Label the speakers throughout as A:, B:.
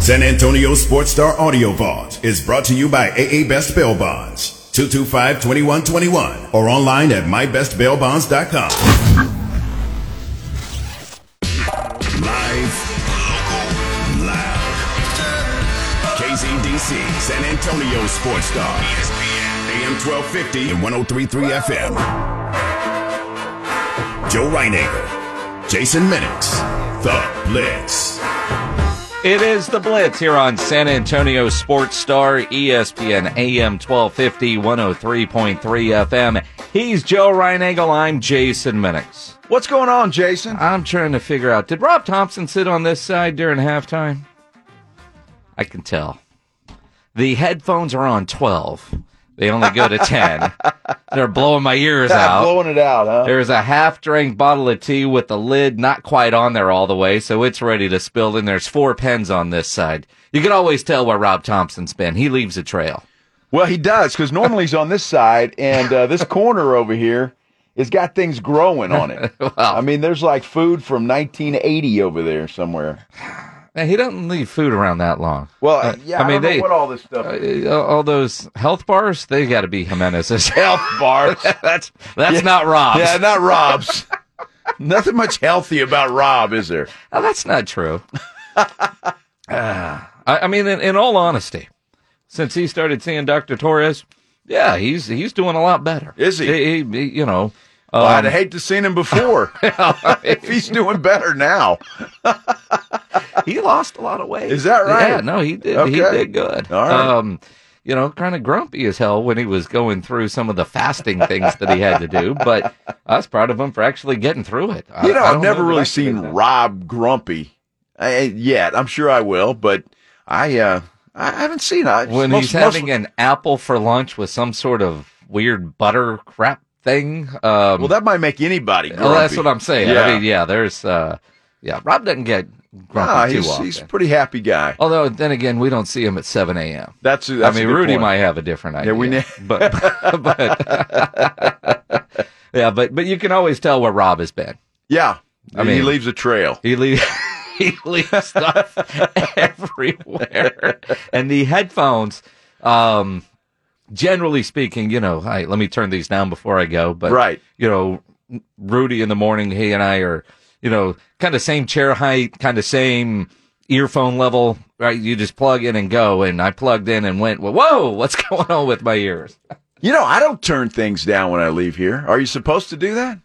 A: San Antonio Sports Star Audio Vault is brought to you by AA Best Bail Bonds, 225-2121, or online at mybestbailbonds.com. Live, local, loud. KZDC, San Antonio Sports Star, ESPN, AM 1250 and 1033 FM. Joe Reinagle, Jason Minix, The Blitz.
B: It is the Blitz here on San Antonio Sports Star, E ESPN AM 1250, 103.3 FM. He's Joe Reinagle. I'm Jason Minix.
C: What's going on, Jason?
B: I'm trying to figure out did Rob Thompson sit on this side during halftime? I can tell. The headphones are on 12, they only go to 10. They're blowing my ears out.
C: Blowing it out, huh?
B: There's a half drank bottle of tea with the lid not quite on there all the way, so it's ready to spill. And there's four pens on this side. You can always tell where Rob Thompson's been. He leaves a trail.
C: Well, he does because normally he's on this side, and uh, this corner over here has got things growing on it. I mean, there's like food from 1980 over there somewhere.
B: Now, he doesn't leave food around that long.
C: Well, uh, yeah, I,
B: I mean,
C: don't know
B: they-
C: what all this stuff. is.
B: Uh, all those health bars, they got to be Jimenez's.
C: Health bars.
B: that's that's not Rob's.
C: yeah, not Rob's. Nothing much healthy about Rob, is there?
B: Now, Oh, that's not true. Ah, I, I mean, in, in all honesty, since he started seeing Dr. Torres, yeah, he's he's doing a lot better.
C: Is he?
B: he, he- you know,
C: Well,
B: um,
C: I'd hate to seen him before. if he's doing better now,
B: he lost a lot of weight.
C: Is that right?
B: Yeah, no, he did. He
C: Okay.
B: did good.
C: All right.
B: Um, you know, kind of grumpy as hell when he was going through some of the fasting things that he had to do, but I was proud of him for actually getting through it. I,
C: you know,
B: I
C: I've
B: don't
C: never
B: that I
C: really
B: could
C: seen
B: do that.
C: Rob grumpy uh, yet. I'm sure I will, but I uh, I haven't seen I
B: when
C: most-
B: he's having
C: most-
B: an apple for lunch with some sort of weird butter crap thing. Um,
C: Well, that might make anybody. Grumpy.
B: well, that's what I'm saying. I
C: Yeah.
B: mean, yeah, there's, uh, yeah, Rob doesn't get grumpy
C: Ah,
B: too
C: he's,
B: often.
C: he's a pretty happy guy.
B: Although, then again, we don't see him at 7 a.m.
C: That's, that's
B: I
C: a
B: mean,
C: good
B: Rudy
C: point.
B: might have a different idea.
C: Yeah, we
B: but, but- yeah, but but you can always tell where Rob has been.
C: Yeah,
B: I
C: he
B: mean-
C: leaves a trail.
B: He leaves he leaves stuff everywhere, and the headphones. Um, generally speaking, you know, hey, let me turn these down before I go. But
C: Right.
B: you know, Rudy in the morning, he and I are, you know, kind of same chair height, kind of same earphone level, right? You just plug in and go. And I plugged in and went, whoa, what's going on with my ears?
C: You know, I don't turn things down when I leave here. Are you supposed to do that?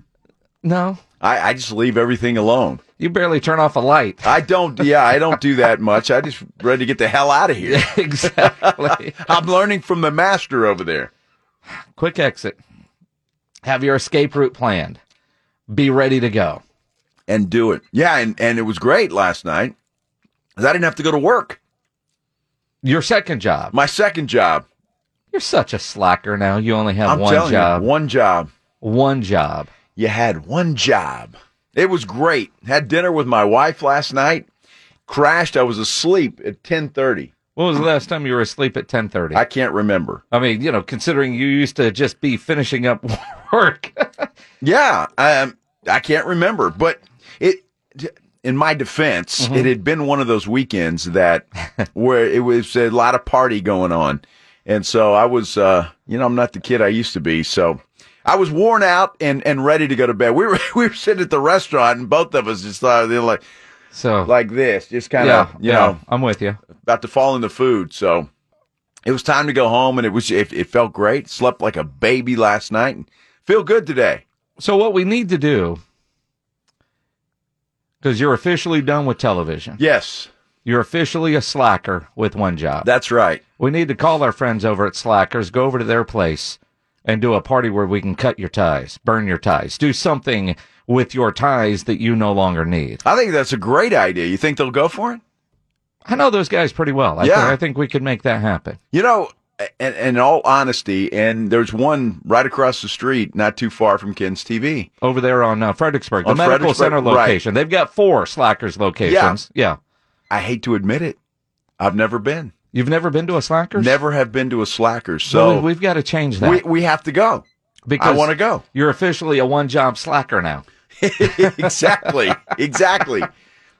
B: No,
C: I, I just leave everything alone.
B: you barely turn off a light.
C: I don't. Yeah, I don't do that much. I just ready to get the hell out of here.
B: exactly.
C: I'm learning from the master over there.
B: Quick exit. Have your escape route planned. Be ready to go.
C: and do it. Yeah, and, and it was great last night. 'cause I didn't have to go to work.
B: Your second job.
C: My second job.
B: You're such a slacker now. You only have
C: I'm
B: one
C: telling
B: job.
C: you, one job.
B: one job.
C: You had one job. It was great. Had dinner with my wife last night. Crashed. I was asleep at 10:30.
B: When was the last time you were asleep at 10:30?
C: I can't remember.
B: I mean, you know, considering you used to just be finishing up work.
C: Yeah, um, I can't remember, but it. In my defense,
B: Mm-hmm.
C: it had been one of those weekends that where it was a lot of party going on, and so I was, uh, you know, I'm not the kid I used to be, so I was worn out and and ready to go to bed. We were we were sitting at the restaurant, and both of us just thought they were like
B: so,
C: like this, just kind
B: yeah,
C: of you
B: yeah,
C: know
B: I'm with you.
C: about to fall into food, so. It was time to go home, and it was it, it felt great. Slept like a baby last night, and feel good today.
B: So what we need to do cuz you're officially done with television.
C: Yes,
B: You're officially a slacker with one job.
C: that's right.
B: We need to call our friends over at Slackers, go over to their place, and do a party where we can cut your ties, burn your ties, do something with your ties that you no longer need.
C: I think that's a great idea. You think they'll go for it?
B: I know those guys pretty well. I,
C: Yeah.
B: thi- I think we could make that happen.
C: You know, in, in all honesty, and there's one right across the street, not too far from Ken's TV.
B: Over there on uh, Fredericksburg, the
C: On
B: medical
C: Fredericksburg,
B: center
C: right.
B: location. They've got four slackers locations. Yeah.
C: I hate to admit it, I've never been,
B: You've never been to a slackers?
C: never have been to a Slackers.
B: So
C: So
B: we've got to change that
C: we, we have to go.
B: because
C: I want to go.
B: You're officially a one-job slacker now.
C: exactly, exactly.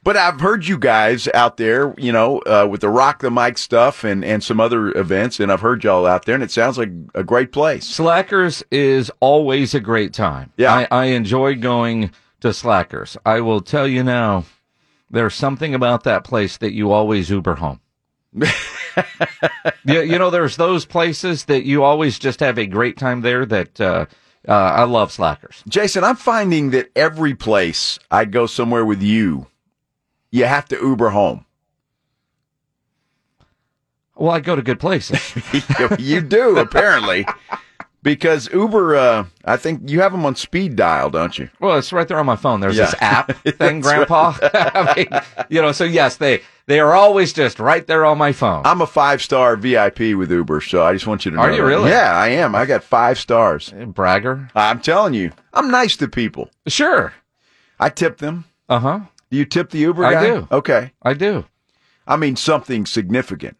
C: But I've heard you guys out there, you know, uh, with the Rock the Mic stuff and, and some other events, and I've heard y'all out there, and it sounds like a great place.
B: Slackers is always a great time.
C: Yeah.
B: I, I enjoy going to Slackers. I will tell you now, there's something about that place that you always Uber home. you, you know, there's those places that you always just have a great time there that uh, uh, I love Slackers.
C: Jason, I'm finding that every place I go somewhere with you, you have to Uber home.
B: Well, I go to good places.
C: you do, apparently. Because Uber, uh, I think you have them on speed dial, don't you?
B: Well, it's right there on my phone. There's
C: Yeah.
B: this app thing, Grandpa. I mean, you know, so yes, they they are always just right there on my phone.
C: I'm a five star VIP with Uber, so I just want you to know.
B: Are you
C: that.
B: really?
C: Yeah, I am. I got five stars.
B: Bragger.
C: I'm telling you, I'm nice to people.
B: Sure.
C: I tip them.
B: Uh huh.
C: Do you tip the Uber
B: I
C: guy?
B: do.
C: Okay.
B: I do.
C: I mean something significant.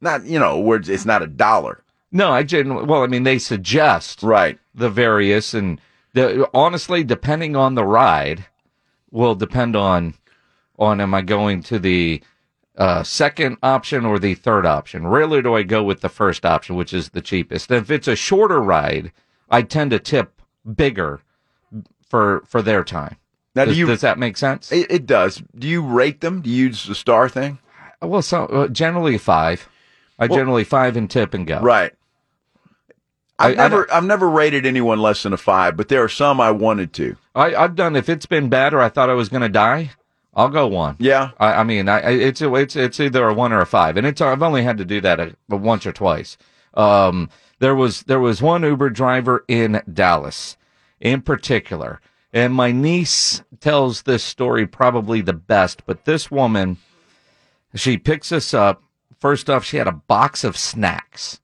C: Not you know, where it's- it's not a dollar.
B: No, I didn't. Well, I mean, they suggest
C: Right.
B: the various, and the, honestly, depending on the ride, will depend on on am I going to the uh, second option or the third option. Rarely do I go with the first option, which is the cheapest. If it's a shorter ride, I tend to tip bigger for for their time.
C: Now
B: Does,
C: do you
B: does that make sense?
C: it, it does. Do you rate them? Do you use the star thing?
B: well, so uh, generally five. I
C: Well-
B: generally five and tip and go.
C: Right.
B: I-
C: I've
B: I
C: never I, have never rated anyone less than a five, but there are some I wanted to.
B: I, I've done. If it's been bad or I thought I was going to die, I'll go one.
C: Yeah.
B: I, I mean, I, I- it's a, it's it's either a one or a five, and it's I've only had to do that a, a once or twice. Um, there was there was one Uber driver in Dallas, in particular, and my niece tells this story probably the best. But this woman, she picks us up. First off, she had a box of snacks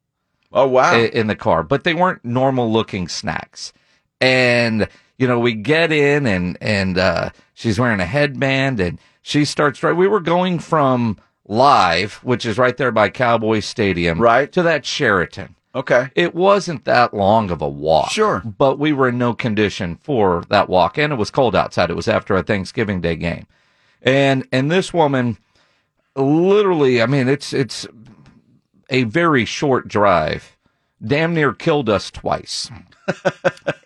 C: Oh wow.
B: i- in the car, but they weren't normal looking snacks. And you know, we get in and and uh, she's wearing a headband and she starts right. We were going from live, which is right there by Cowboy Stadium,
C: Right.
B: to that Sheraton.
C: okay.
B: It wasn't that long of a walk.
C: Sure.
B: But we were in no condition for that walk. And it was cold outside. It was after a Thanksgiving Day game. And and this woman literally, I mean, it's it's a very short drive. Damn near killed us twice.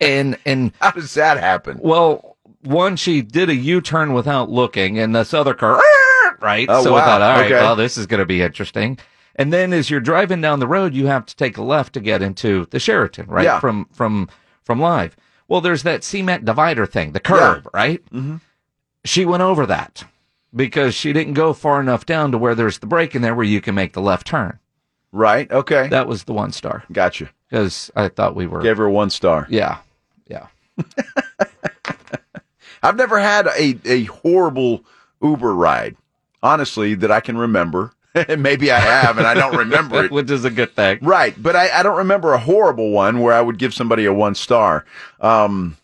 B: and and
C: How does that happen?
B: well, one, she did a U turn without looking, and this other car, right?
C: Oh,
B: so
C: wow.
B: I thought, all right,
C: Okay.
B: well, this is going to be interesting. And then as you're driving down the road, you have to take a left to get into the Sheraton, right?
C: Yeah.
B: From from from live. Well, there's that cement divider thing, the curb, right? Mm-hmm. She went over that because she didn't go far enough down to where there's the break in there where you can make the left turn.
C: Right. Okay.
B: That was the one star
C: gotcha.
B: because I thought we were.
C: Gave her a one star.
B: yeah. Yeah.
C: I've never had a, a horrible Uber ride, honestly, that I can remember. Maybe I have, and I don't remember it.
B: Which is a good thing.
C: Right, but I, I don't remember a horrible one where I would give somebody a one star. Um,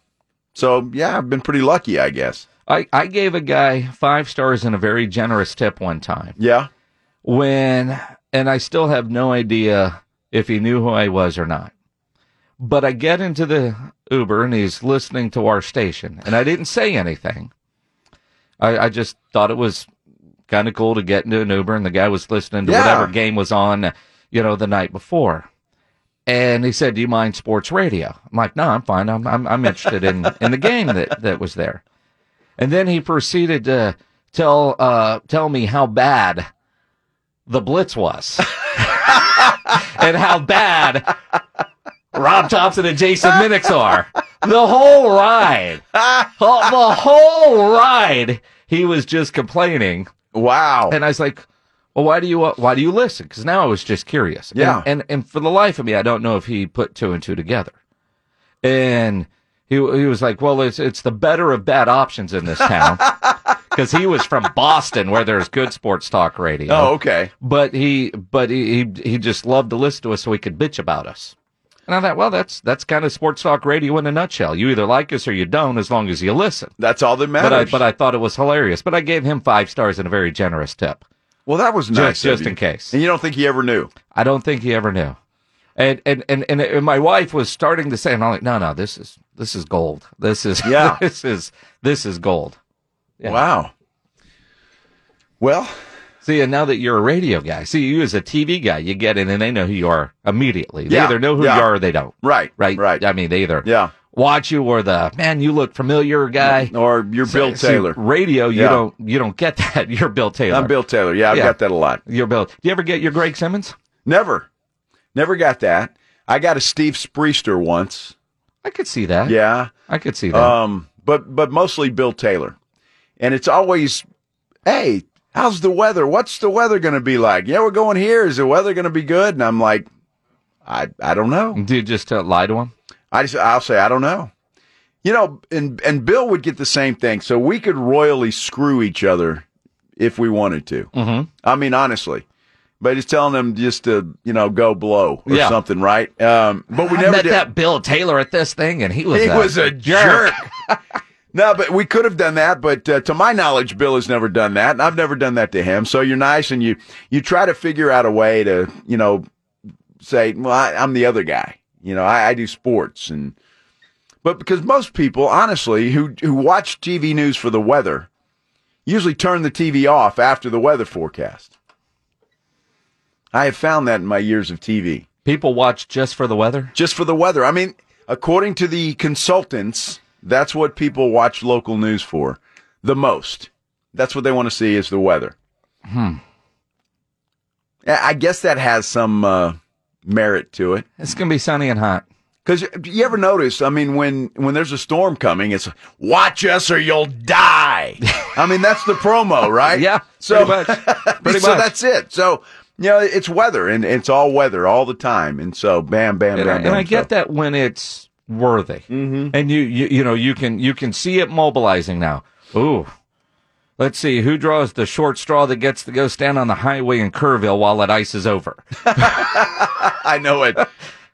C: so yeah, I've been pretty lucky, I guess.
B: I, I gave a guy five stars and a very generous tip one time
C: Yeah,
B: when, and I still have no idea if he knew who I was or not. But I get into the Uber and he's listening to our station, and I didn't say anything. I, I just thought it was kind of cool to get into an Uber, and the guy was listening to
C: Yeah.
B: whatever game was on, you know, the night before. And he said, "Do you mind sports radio?" I'm like, "No, I'm fine. I'm I'm, I'm interested in in the game that that was there." And then he proceeded to tell uh, tell me how bad the blitz was, and how bad Rob Thompson and Jason Minix are. The whole ride, Oh, the whole ride, he was just complaining,
C: wow.
B: and I was like, "Well, why do you uh, why do you listen?" Because now I was just curious.
C: Yeah.
B: and, and and for the life of me, I don't know if he put two and two together. And he he was like, "Well, it's it's the better of bad options in this town." because he was from Boston, where there's good sports talk radio.
C: Oh, okay.
B: but he, but he, he, he just loved to listen to us so he could bitch about us. And I thought, well, that's that's kind of sports talk radio in a nutshell. You either like us or you don't, as long as you listen.
C: That's all that
B: But I,
C: matters.
B: but I thought it was hilarious. But I gave him five stars and a very generous tip.
C: well, that was nice. of
B: just
C: you.
B: in case.
C: And you don't think he ever knew?
B: I don't think he ever knew. And and and and, and my wife was starting to say, and I'm like, no, no, this is this is gold. This is
C: Yeah.
B: This is this is gold.
C: Wow. Well,
B: See, and now that you're a radio guy, see, you as a TV guy, you get in and they know who you are immediately. They
C: Yeah,
B: either know who
C: yeah.
B: you are or they don't.
C: right,
B: Right.
C: right.
B: I mean, they either
C: Yeah.
B: watch you or the man, you look familiar guy.
C: Or you're Bill
B: See,
C: Taylor.
B: radio, you
C: Yeah.
B: don't you don't get that. You're Bill Taylor.
C: I'm Bill Taylor. Yeah, I've
B: Yeah.
C: got that a lot.
B: You're Bill. Do you ever get your Greg Simmons?
C: Never, never got that. I got a Steve Spreester once.
B: I could see that.
C: Yeah.
B: I could see that.
C: Um, but but mostly Bill Taylor, and it's always, hey, how's the weather? What's the weather going to be like? Yeah, we're going here. Is the weather going to be good? And I'm like, I I don't know.
B: Do you just uh, lie to him?
C: I just I'll say I don't know. You know, and and Bill would get the same thing, so we could royally screw each other if we wanted to. Mm-hmm. I mean, honestly. But he's telling them just to, you know, go blow or
B: Yeah.
C: something, right? Um, but we
B: I
C: never
B: met
C: did.
B: that Bill Taylor at this thing, and he was
C: He
B: a
C: was a jerk. no, but we could have done that. But uh, to my knowledge, Bill has never done that, and I've never done that to him. So you're nice, and you you try to figure out a way to you know say, well, I, I'm the other guy. You know, I, I do sports, and but because most people, honestly, who who watch TV news for the weather, usually turn the TV off after the weather forecast. I have found that in my years of TV
B: People watch just for the weather.
C: just for the weather. I mean, according to the consultants, that's what people watch local news for the most. That's what they want to see is the weather. Hmm. I guess that has some uh, merit to it.
B: It's gonna be sunny and hot.
C: Because you ever notice? I mean, when when there's a storm coming, it's watch us or you'll die. I mean, that's the promo, right?
B: Yeah,
C: So
B: pretty much. Pretty
C: so
B: much.
C: that's it. So you know, it's weather and it's all weather all the time. And so, bam, bam,
B: And,
C: bam,
B: I,
C: bam.
B: and I get that when it's worthy, mm-hmm. and you, you you know you can you can see it mobilizing now. Ooh, let's see who draws the short straw that gets to go stand on the highway in Kerrville while that ice is over.
C: I know it. That's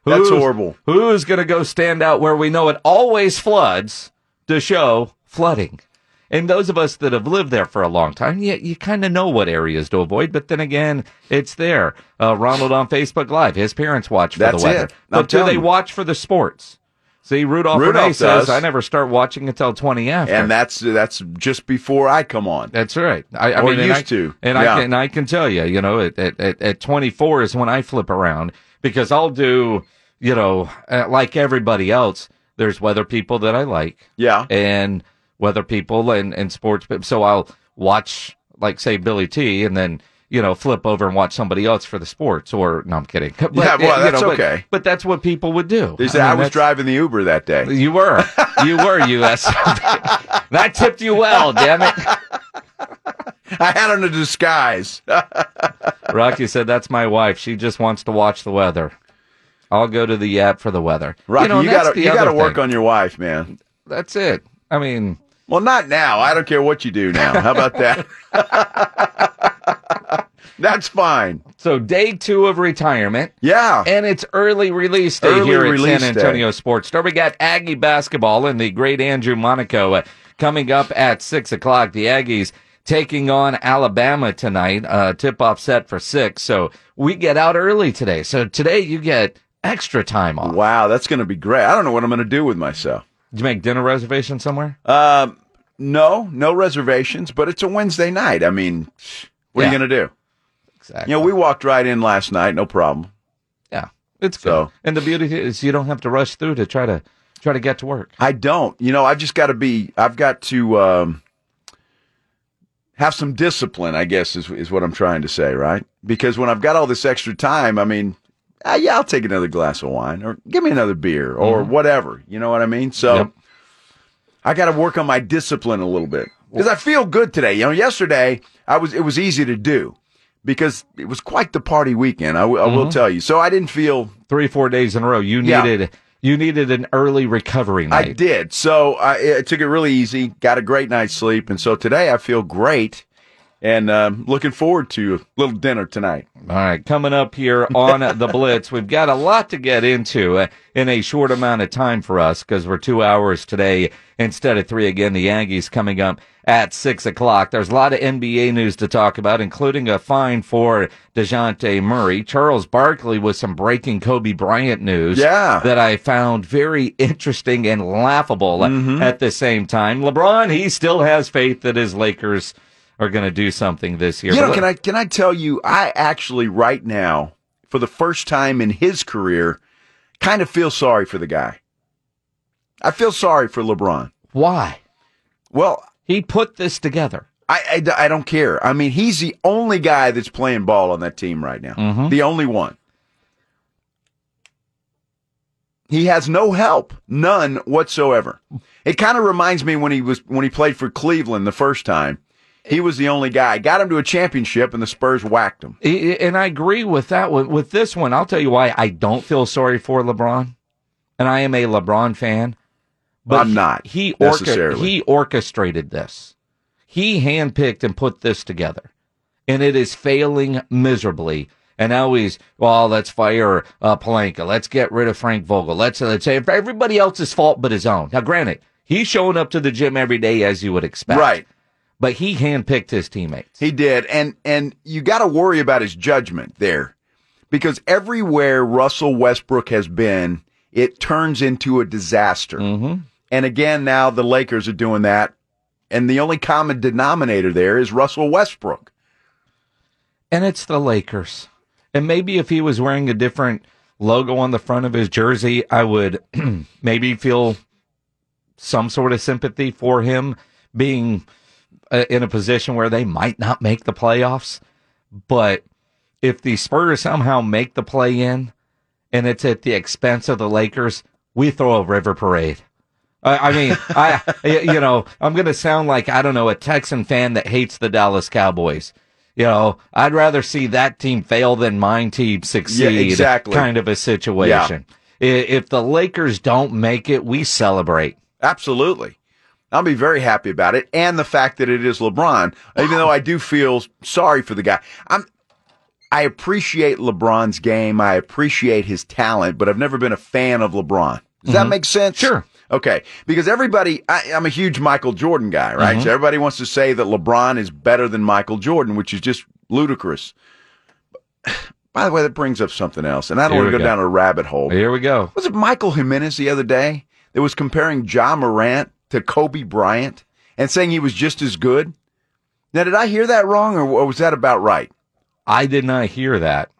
B: Who's-
C: horrible.
B: Who's going to go stand out where we know it always floods to show flooding? And those of us that have lived there for a long time, you, you kind of know what areas to avoid. But then again, it's there. Uh, Ronald on Facebook Live, his parents watch for
C: That's
B: the weather.
C: it. I'm
B: But do
C: telling
B: they
C: you.
B: watch for the sports? See, Rudolph,
C: Rudolph
B: Renee says,
C: does.
B: I never start watching until 20 after.
C: And that's that's just before I come on.
B: That's right. I, I
C: Or
B: mean, and
C: used
B: I-
C: to.
B: and
C: Yeah.
B: I can I can tell you, you know, at at, at, at 24 is when I flip around because I'll do, you know, uh, like everybody else. There's weather people that I like,
C: Yeah.
B: and weather people and and sports. peop- So I'll watch, like, say Billy T, and then you know flip over and watch somebody else for the sports. Or no, I'm kidding. But,
C: Yeah, well,
B: you
C: that's
B: but-
C: okay.
B: But, that's what people would do.
C: They said
B: mean,
C: I, was
B: that's-
C: driving the Uber that day.
B: You were, you were U.S. that tipped you well, damn it.
C: I had on a disguise.
B: Rocky said, "That's my wife. She just wants to watch the weather. I'll go to the app for the weather."
C: Rocky, you,
B: know, and that's
C: gotta
B: the
C: you gotta
B: other
C: work
B: thing.
C: on your wife, man.
B: That's it. I mean,
C: Well, not now. I don't care what you do now. How about that? that's fine.
B: so day two of retirement,
C: Yeah.
B: and it's early release day
C: Early
B: here at
C: release
B: San
C: day.
B: Antonio Sports Store. We got Aggie basketball and the great Andrew Monaco uh, coming up at six o'clock. The Aggies taking on Alabama tonight. Uh, tip off set for six, so we get out early today. So today you get extra time off.
C: Wow, that's gonna be great. I don't know what I'm gonna do with myself.
B: Did you make dinner reservation somewhere?
C: Um, no, no reservations, but it's a Wednesday night. I mean, what are
B: Yeah.
C: you gonna do?
B: Exactly.
C: You know, we walked right in last night, no problem.
B: Yeah, it's good.
C: So-
B: And the beauty is you don't have to rush through to try to try to get to work.
C: I don't. You know, I've just got to be. I've got to um, have some discipline. I guess is is what I'm trying to say, right? Because when I've got all this extra time, I mean, ah, yeah, I'll take another glass of wine or give me another beer or whatever. You know what I mean? So
B: Yep.
C: I got to work on my discipline a little bit because I feel good today. You know, yesterday I was it was easy to do because it was quite the party weekend. I, w- I will tell you. So I didn't feel
B: Three four days in a row, you
C: Yeah.
B: needed You needed an early recovery night.
C: I did. So I, I took it really easy, got a great night's sleep, and so today I feel great, and um, looking forward to a little dinner tonight.
B: All right, coming up here on the Blitz, we've got a lot to get into uh, in a short amount of time for us because we're two hours today instead of three. Again, the Aggies coming up at six o'clock. There's a lot of NBA news to talk about, including a fine for DeJounte Murray. Charles Barkley with some breaking Kobe Bryant news
C: Yeah.
B: that I found very interesting and laughable
C: Mm-hmm.
B: at the same time. LeBron, he still has faith that his Lakers are going to do something this year.
C: You
B: But
C: know,
B: let-
C: can I can I tell you? I actually right now, for the first time in his career, kind of feel sorry for the guy. I feel sorry for LeBron.
B: Why?
C: Well,
B: He put this together.
C: I, I, I don't care. I mean, he's the only guy that's playing ball on that team right now.
B: Mhm.
C: The only one. He has no help, none whatsoever. It kind of reminds me when he was when he played for Cleveland the first time. He was the only guy. Got him to a championship, and the Spurs whacked him.
B: I- I- And I agree with that one. With this one, I'll tell you why I don't feel sorry for LeBron. And I am a LeBron fan.
C: I'm
B: he-
C: not,
B: He,
C: necessarily.
B: he orchestrated this. He handpicked and put this together. And it is failing miserably. And now he's, well, let's fire uh, Palenka. Let's get rid of Frank Vogel. Let's, let's say if everybody else's fault but his own. Now, granted, he's showing up to the gym every day as you would expect.
C: Right.
B: But he handpicked his teammates.
C: He did, and and you got to worry about his judgment there, because everywhere Russell Westbrook has been, it turns into a disaster.
B: Mhm.
C: And again, now the Lakers are doing that, and the only common denominator there is Russell Westbrook.
B: and it's the Lakers. And maybe if he was wearing a different logo on the front of his jersey, I would maybe feel some sort of sympathy for him being uh, in a position where they might not make the playoffs. But if the Spurs somehow make the play in and it's at the expense of the Lakers, we throw a river parade. I I mean, I y- you know, I'm going to sound like I don't know a Texan fan that hates the Dallas Cowboys. You know, I'd rather see that team fail than mine team succeed.
C: exactly.
B: Kind of a situation. I- If the Lakers don't make it, we celebrate.
C: Absolutely, I'll be very happy about it, and the fact that it is LeBron, even though I do feel sorry for the guy. I'm. I appreciate LeBron's game. I appreciate his talent, but I've never been a fan of LeBron. Does that make sense?
B: Mm-hmm. Sure.
C: Okay, because everybody, I, I'm a huge Michael Jordan guy, right?
B: Mm-hmm.
C: So everybody wants to say that LeBron is better than Michael Jordan, which is just ludicrous. By the way, that brings up something else, and I don't
B: Here
C: want to
B: we go.
C: go, down a rabbit hole.
B: Here we go.
C: Was it Michael Jimenez the other day that was comparing Ja Morant to Kobe Bryant and saying he was just as good? Now, did I hear that wrong, or, or was that about right?
B: I did not hear that.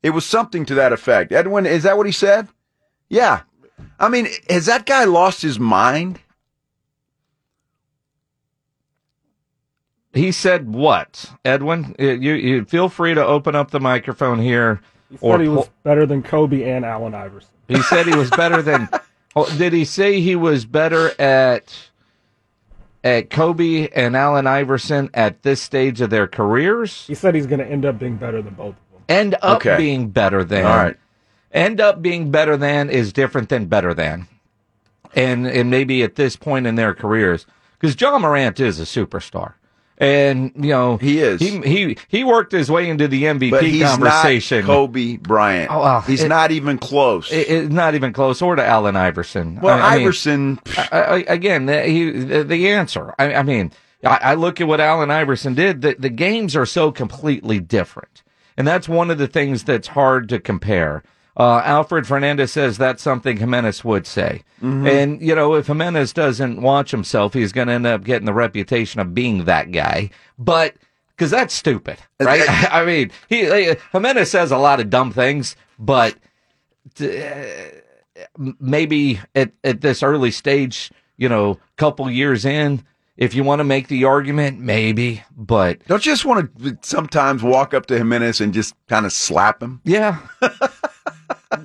C: It was something to that effect. Edwin, is that what he said? Yeah. I mean, has that guy lost his mind?
B: He said what, Edwin? Uh, You, you feel free to open up the microphone here.
D: He
B: or
D: said he was
B: pull-
D: better than Kobe and Allen Iverson.
B: he said he was better than. Oh, did he say he was better at at Kobe and Allen Iverson at this stage of their careers?
D: He said he's going to end up being better than both of them.
B: End up
C: Okay.
B: being better than.
C: All right.
B: End up being better than is different than better than, and and maybe at this point in their careers, because John Morant is a superstar. And you know
C: He is.
B: He he, he worked his way into the MVP
C: But he's
B: conversation.
C: not Kobe Bryant.
B: Oh, wow.
C: he's
B: It-
C: not even close.
B: It- it's not even close, or to Allen Iverson.
C: well,
B: I- I mean,
C: Iverson, pff,
B: I, I, again, the, he, the, the answer. I, I mean, I, I look at what Allen Iverson did. The, the games are so completely different. And that's one of the things that's hard to compare. Uh, Alfred Fernandez says that's something Jimenez would say. And, you know, if Jimenez doesn't watch himself, he's going to end up getting the reputation of being that guy. But, because that's stupid, right? I mean, he, uh, Jimenez says a lot of dumb things, but maybe at, at this early stage, you know, couple years in, if you want to make the argument, maybe. But
C: don't you just want to sometimes walk up to Jimenez and just kind of slap him?
B: yeah.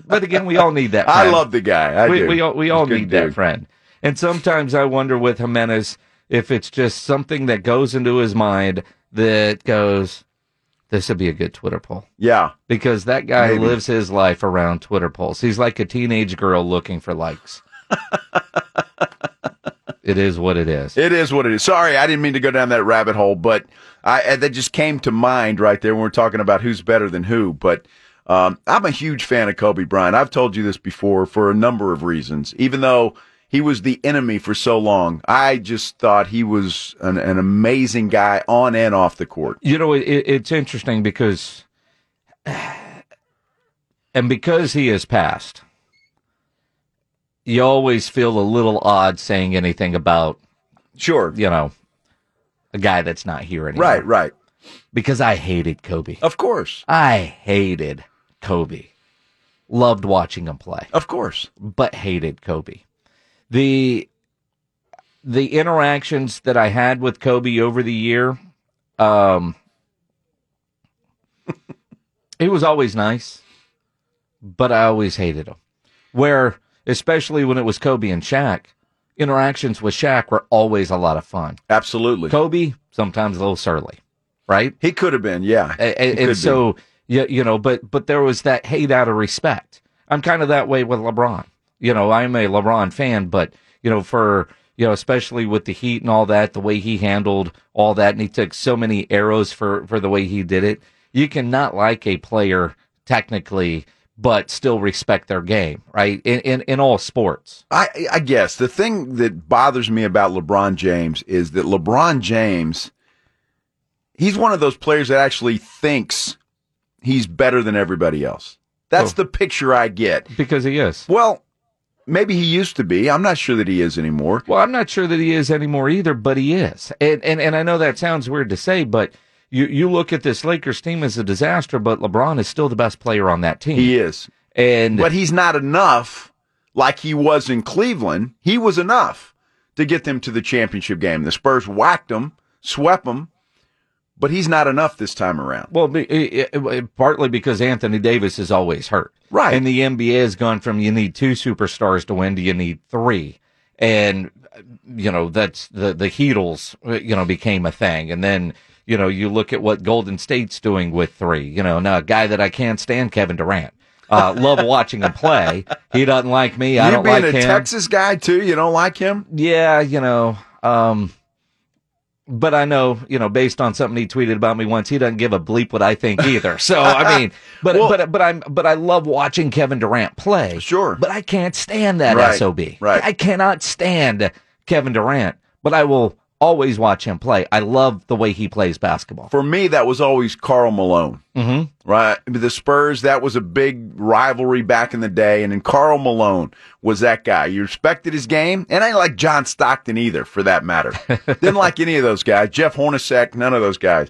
B: but again, we all need that.
C: I
B: friend.
C: love the guy. I
B: we,
C: do.
B: we all we all
C: He's a good
B: need that
C: dude.
B: friend. And sometimes I wonder with Jimenez if it's just something that goes into his mind that goes, This would be a good Twitter poll
C: Yeah.
B: because that guy
C: Maybe.
B: lives his life around Twitter polls. He's like a teenage girl looking for likes. it is what it is.
C: It is what it is. Sorry, I didn't mean to go down that rabbit hole, but I uh, that just came to mind right there when we're talking about who's better than who. But um, I'm a huge fan of Kobe Bryant. I've told you this before for a number of reasons. Even though he was the enemy for so long, I just thought he was an, an amazing guy on and off the court.
B: you know it, it's interesting because and because he has passed you always feel a little odd saying anything about
C: Sure.
B: you know a guy that's not here anymore
C: Right. Right.
B: because i hated kobe
C: Of course.
B: i hated kobe loved watching him play
C: Of course.
B: but hated Kobe. The the interactions that I had with Kobe over the year, um, it was always nice, but I always hated him. Where, especially when it was Kobe and Shaq, interactions with Shaq were always a lot of fun.
C: Absolutely.
B: Kobe sometimes a little surly, right?
C: He could have been. Yeah.
B: A- a-
C: He
B: and,
C: could be.
B: so you, you know but but there was that hate out of respect i'm kind of that way with lebron you know i'm a lebron fan but you know for you know especially with the heat and all that the way he handled all that and he took so many arrows for for the way he did it you cannot like a player technically but still respect their game right in in, in all sports
C: I, I guess the thing that bothers me about LeBron James is that LeBron James, he's one of those players that actually thinks he's better than everybody else. That's
B: Oh.
C: the picture I get.
B: because he is
C: Well, maybe he used to be. I'm not sure that he is anymore.
B: Well, I'm not sure that he is anymore either, but he is. And and, and I know that sounds weird to say, but you, you look at this Lakers team as a disaster, but LeBron is still the best player on that team.
C: He is.
B: And
C: But he's not enough like he was in Cleveland. He was enough to get them to the championship game. The Spurs whacked him, swept him, but he's not enough this time around.
B: well, be- it- it- it- partly because Anthony Davis is always hurt.
C: Right.
B: And the NBA has gone from you need two superstars to win to you need three. And, uh, you know, that's the, the Heatles, uh, you know, became a thing. And then, you know, you look at what Golden State's doing with three. You know, now a guy that I can't stand, Kevin Durant. Uh, love watching him play. He doesn't like me. I
C: you
B: don't
C: being
B: like
C: a
B: him.
C: Texas guy too, you don't like him?
B: yeah, you know, um, but I know, you know, based on something he tweeted about me once, he doesn't give a bleep what I think either. So I mean, but
C: Well-
B: but but I'm but I love watching Kevin Durant play.
C: Sure.
B: but I can't stand that
C: Right,
B: sob.
C: right.
B: I cannot stand Kevin Durant, but I will always watch him play. I love the way he plays basketball.
C: For me, that was always Carl Malone.
B: hmm
C: Right. The Spurs, that was a big rivalry back in the day. And then Carl Malone was that guy. You respected his game. And I didn't like John Stockton either, for that matter. didn't like any of those guys. Jeff Hornacek, none of those guys.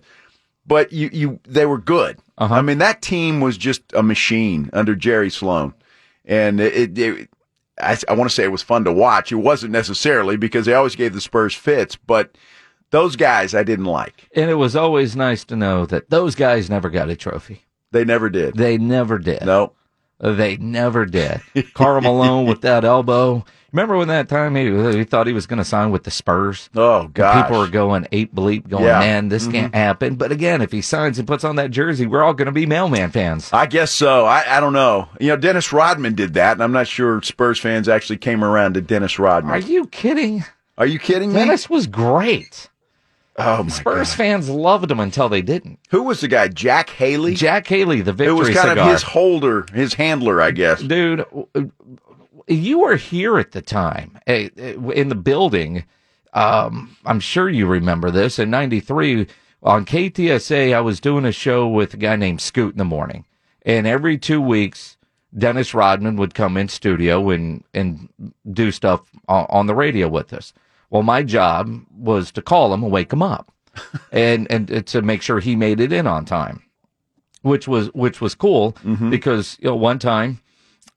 C: But you, you, they were good.
B: Uh-huh.
C: I mean, that team was just a machine under Jerry Sloan. And it, it I, I want to say it was fun to watch. It wasn't necessarily because they always gave the Spurs fits, but those guys I didn't like.
B: And it was always nice to know that those guys never got a trophy.
C: They never did.
B: They never did.
C: no.
B: They never did. Carl Malone with that elbow. Remember when that time he, he thought he was going to sign with the Spurs?
C: Oh, God.
B: People are going ape bleep, going,
C: Yeah. Mm-hmm.
B: man, this can't happen. But again, if he signs and puts on that jersey, we're all going to be mailman fans.
C: I guess so. I, I don't know. You know, Dennis Rodman did that, and I'm not sure Spurs fans actually came around to Dennis Rodman.
B: Are you kidding?
C: Are you kidding me?
B: Dennis was great.
C: oh my
B: Spurs
C: God.
B: fans loved him until they didn't.
C: Who was the guy? Jack Haley.
B: Jack Haley, the victory
C: it was kind
B: cigar.
C: of his holder, his handler, I guess.
B: dude w- uh, you were here at the time eh, eh, in the building um, i'm sure you remember this in 93 on ktsa i was doing a show with a guy named scoot in the morning and every two weeks dennis rodman would come in studio and, and do stuff on, on the radio with us well my job was to call him and wake him up and, and eh, to make sure he made it in on time which was which was cool
C: Mm-hmm.
B: because you know one time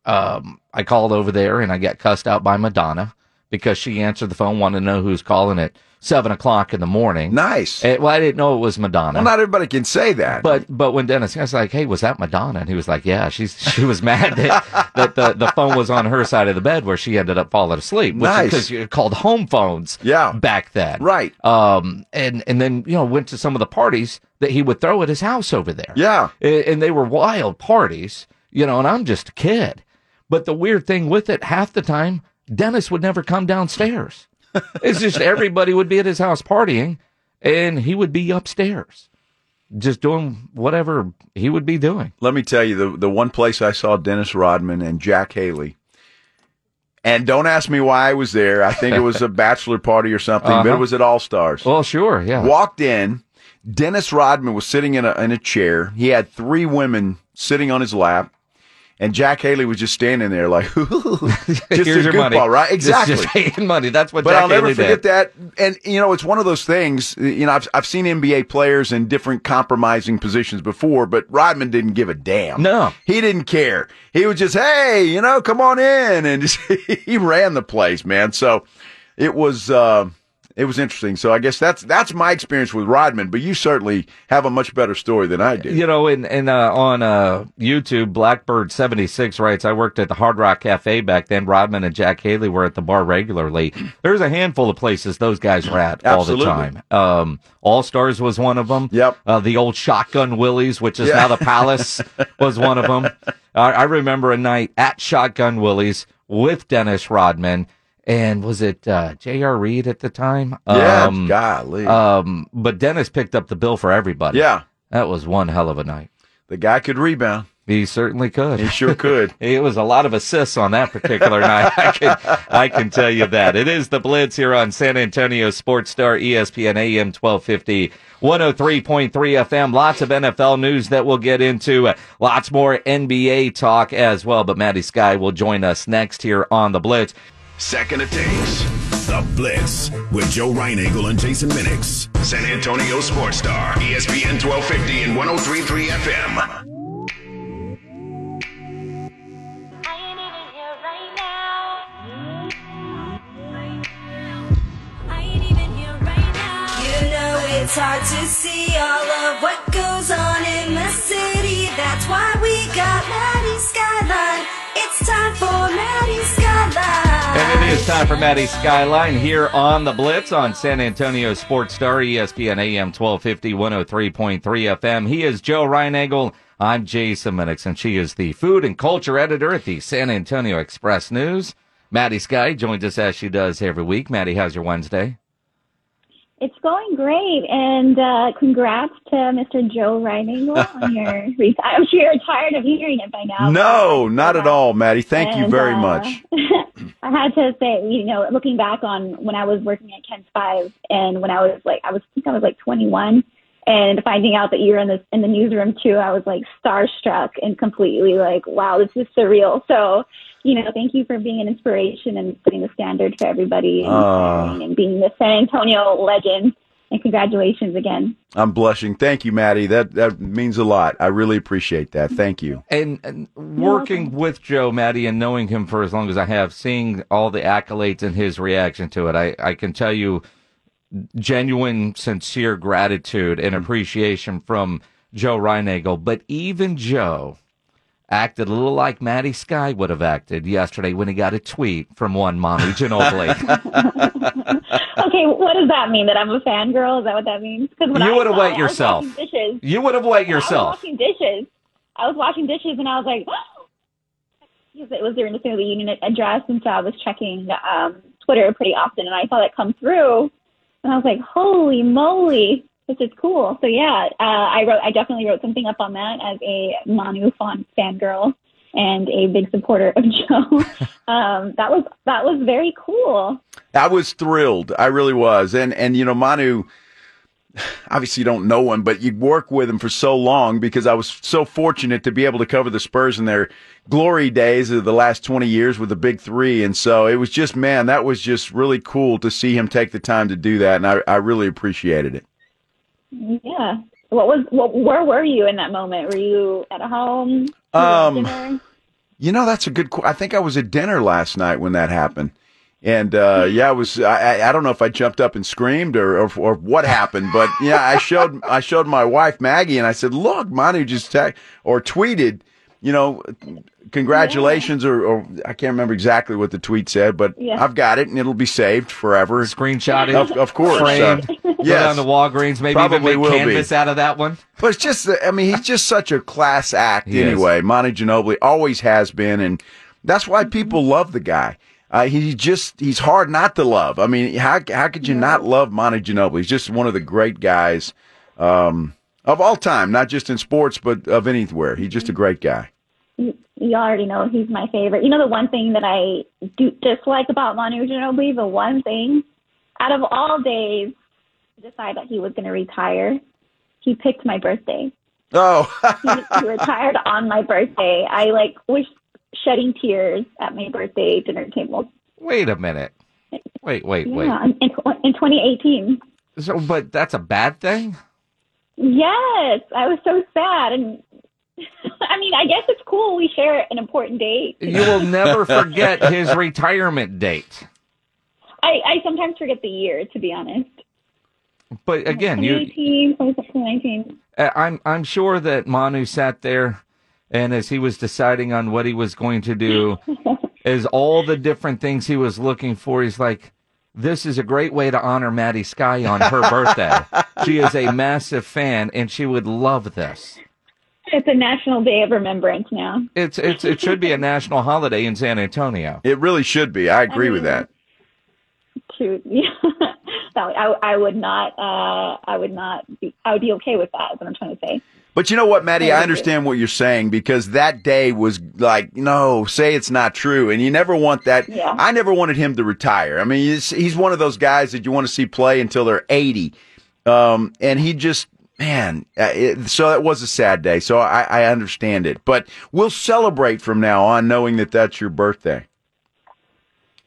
B: um, I called over there and I got cussed out by Madonna because she answered the phone, wanted to know who's calling it. seven o'clock in the morning.
C: Nice.
B: Eh, well, I didn't know it was Madonna.
C: Well, not everybody can say that.
B: But but when Dennis, I was like, "Hey, was that Madonna?" And he was like, "Yeah." She's she was mad that, that the the phone was on her side of the bed where she ended up falling asleep, which
C: Nice.
B: because you called home phones,
C: Yeah.
B: back then,
C: Right.
B: Um, and and then you know went to some of the parties that he would throw at his house over there,
C: Yeah.
B: and, and they were wild parties, you know. And I'm just a kid, but the weird thing with it, half the time Dennis would never come downstairs. it's just everybody would be at his house partying, and he would be upstairs just doing whatever he would be doing.
C: let me tell you the the one place I saw Dennis Rodman and Jack Haley. And don't ask me why I was there. I think it was a bachelor party or something, but it
B: Uh-huh.
C: was at All Stars.
B: Well, sure, yeah.
C: Walked in, Dennis Rodman was sitting in a in a chair. He had three women sitting on his lap, and Jack Haley was just standing there like, just a
B: Here's your money,
C: goofball, right?
B: Just-
C: Exactly.
B: Just, paying money. That's what
C: But
B: Jack
C: I'll never
B: Haley did.
C: forget that. And you know, it's one of those things. You know, I've I've seen NBA players in different compromising positions before, but Rodman didn't give a damn.
B: No.
C: he didn't care. He was just, hey, you know, come on in, and just, he ran the place, man. So it was. Uh, it was interesting. So I guess that's that's my experience with Rodman, but you certainly have a much better story than I do.
B: You know, and and uh, on uh, YouTube, Blackbird seventy six writes, "I worked at the Hard Rock Cafe back then. Rodman and Jack Haley were at the bar regularly. There's a handful of places those guys were at all the
C: Absolutely.
B: time. Um, All Stars was one of them.
C: Yep.
B: Uh, the old Shotgun Willie's, which is
C: Yeah.
B: now the Palace, was one of them. I, I remember a night at Shotgun Willie's with Dennis Rodman, and was it uh, J.R. Reed at the time?
C: Yeah,
B: Um,
C: golly,
B: um, but Dennis picked up the bill for everybody.
C: yeah,
B: That was one hell of a night.
C: the guy could rebound.
B: He certainly could.
C: He sure could.
B: It was a lot of assists on that particular night. I can, I can tell you that. It is the Blitz here on San Antonio Sports Star E ESPN AM 1250. 103.3 FM. Lots of NFL news that we'll get into. Lots more NBA talk as well. But Maddie Sky will join us next here on the Blitz.
A: Second it takes. The Blitz with Joe Reinagle and Jason Minix. San Antonio Sports Star, E ESPN 1250 and 1033 FM.
E: I need it here right now. I need it here right now.
F: You know it's hard to see all of what goes on in the city. That's why we got Maddie Skyline. It's time for Maddie Skyline.
B: And it is time for Maddie Skyline here on the Blitz on San Antonio Sports Star, E ESPN AM 1250, 103.3 FM. He is Joe Reinagle. I'm Jason Minix, and she is the food and culture editor at the San Antonio Express News. Maddie Sky joins us as she does every week. Maddie, how's your Wednesday?
G: It's going great, and uh, congrats to Mr. Joe Reiningle on your. Re- I'm sure you're tired of hearing it by now.
C: No, not at all, Maddie. Oh, Thank you
G: And,
C: very
G: uh,
C: much.
G: I had to say, you know, looking back on when I was working at Ken's Five, and when I was like, I was I think I was like 21, and finding out that you were in the in the newsroom too, I was like starstruck and completely like, wow, this is surreal. So, you know, thank you for being an inspiration and setting the standard for everybody, and,
C: Ah.
G: and being the San Antonio legend. And congratulations again.
C: I'm blushing. Thank you, Maddie. That that means a lot. I really appreciate that. Thank you.
B: And, and working with Joe Maddie and knowing him for as long as I have, seeing all the accolades and his reaction to it, I, I can tell you genuine, sincere gratitude and appreciation from Joe Reinagle. But even Joe acted a little like Maddie Sky would have acted yesterday when he got a tweet from one Mommy Ginobili.
C: Uh,
G: Okay, what does that mean? That I'm a fangirl? Is that what that means? Because
B: You would've wet
G: I was
B: yourself.
G: washing dishes.
B: you would have wet
G: I was
B: yourself.
G: washing dishes. I was washing dishes, and I was like, because it was during the State of the Union address, and so I was checking um, Twitter pretty often, and I saw that come through, and I was like, holy moly, this is cool. So yeah, uh, I wrote, I definitely wrote something up on that as a Manu Font fangirl and a big supporter of Joe. um, that was that was very cool.
C: I was thrilled. I really was. And and you know, Manu obviously you don't know him, but you work with him for so long because I was so fortunate to be able to cover the Spurs in their glory days of the last 20 years with the big three. And so it was just, man, that was just really cool to see him take the time to do that. And I, I really appreciated it.
G: Yeah. What was what, where were you in that moment? Were you at home?
C: Um,
G: Dinner?
C: You know, that's a good. qu- I think I was at dinner last night when that happened, And uh, yeah, I was I, I- I don't know if I jumped up and screamed or, or or what happened, but yeah, I showed I showed my wife Maggie and I said, "Look, Manu just text or tweeted, you know, congratulations or, or I can't remember exactly what the tweet said, but
G: Yeah.
C: I've got it and it'll be saved forever."
B: Screenshotted,
C: Of, of course. uh,
B: framed, put on the Walgreens, maybe even
C: Probably
B: make
C: will be.
B: canvas out of that one.
C: But it's just, that- I mean, he's just such a class act
B: He is.
C: anyway. Monty Ginobili always has been, and that's why people love the guy. Uh, he just, he's hard not to love. I mean, how, how could you not love Monty Ginobili? He's just one of the great guys um, of all time, not just in sports, but of anywhere. He's just a great guy.
G: you, you already know he's my favorite. You know the one thing that I do dislike about Manu Ginobili, the one thing out of all days to decide that he was going to retire, he picked my birthday.
C: Oh,
G: He, he retired on my birthday. I like was shedding tears at my birthday dinner table.
B: Wait a minute. Wait, wait, wait.
G: Yeah, in, in, tw- in 2018.
B: So, but that's a bad thing.
G: Yes, I was so sad and I mean, I guess it's cool we share an important date.
B: You will never forget his retirement date.
G: I, I sometimes forget the year to be honest.
B: But again, you,
G: 2018, 2019.
B: Uh, I'm I'm sure that Manu sat there, and as he was deciding on what he was going to do, as all the different things he was looking for, he's like, "This is a great way to honor Maddie Sky on her birthday. she is a massive fan, and she would love this.
G: It's a national day of remembrance now.
B: It's it's it should be a national holiday in San Antonio.
C: it really should be. I agree with that.
G: Shoot, yeah. that would- I, I would not. Uh, I would not. Be, I would be okay with that. Is what I'm trying to say.
C: But you know what, Maddie? I understand what you're saying because that day was like, no, say it's not true. And you never want that.
G: Yeah.
C: I never wanted him to retire. I mean, he's, he's one of those guys that you want to see play until they're 80. Um, and he just, man, uh, it, so that was a sad day. So I, I understand it. But we'll celebrate from now on knowing that that's your birthday.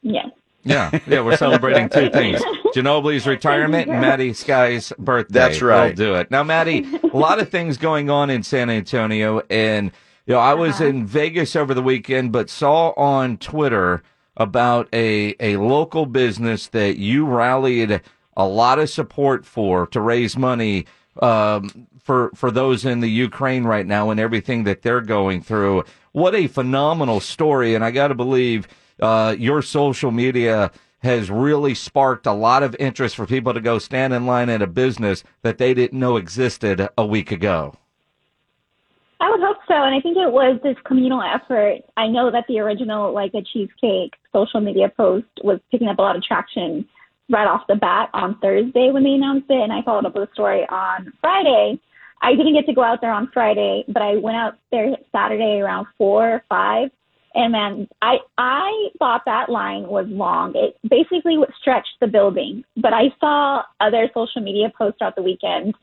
G: Yes.
B: Yeah, yeah, we're celebrating two things: Ginobili's retirement and Maddie Sky's birthday.
C: That's right.
B: We'll do it now, Maddie. A lot of things going on in San Antonio, and you know, I was in Vegas over the weekend, but saw on Twitter about a a local business that you rallied a lot of support for to raise money um, for for those in the Ukraine right now and everything that they're going through. What a phenomenal story! And I got to believe uh, your social media has really sparked a lot of interest for people to go stand in line at a business that they didn't know existed a week ago.
G: I would hope so, and I think it was this communal effort. I know that the original, like a cheesecake social media post, was picking up a lot of traction right off the bat on Thursday when they announced it, and I followed up with a story on Friday. I didn't get to go out there on Friday, but I went out there Saturday around four or five, and man, I I thought that line was long. It basically stretched the building, but I saw other social media posts throughout the weekend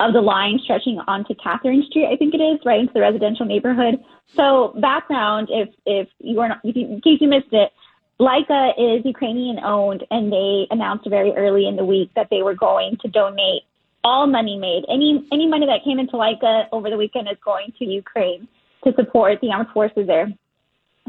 G: of the line stretching onto Catherine Street, I think it is, right into the residential neighborhood. So background, if if you were not, if you, in case you missed it, Leica is Ukrainian owned, and they announced very early in the week that they were going to donate all money made. Any any money that came into Leica over the weekend is going to Ukraine to support the armed forces there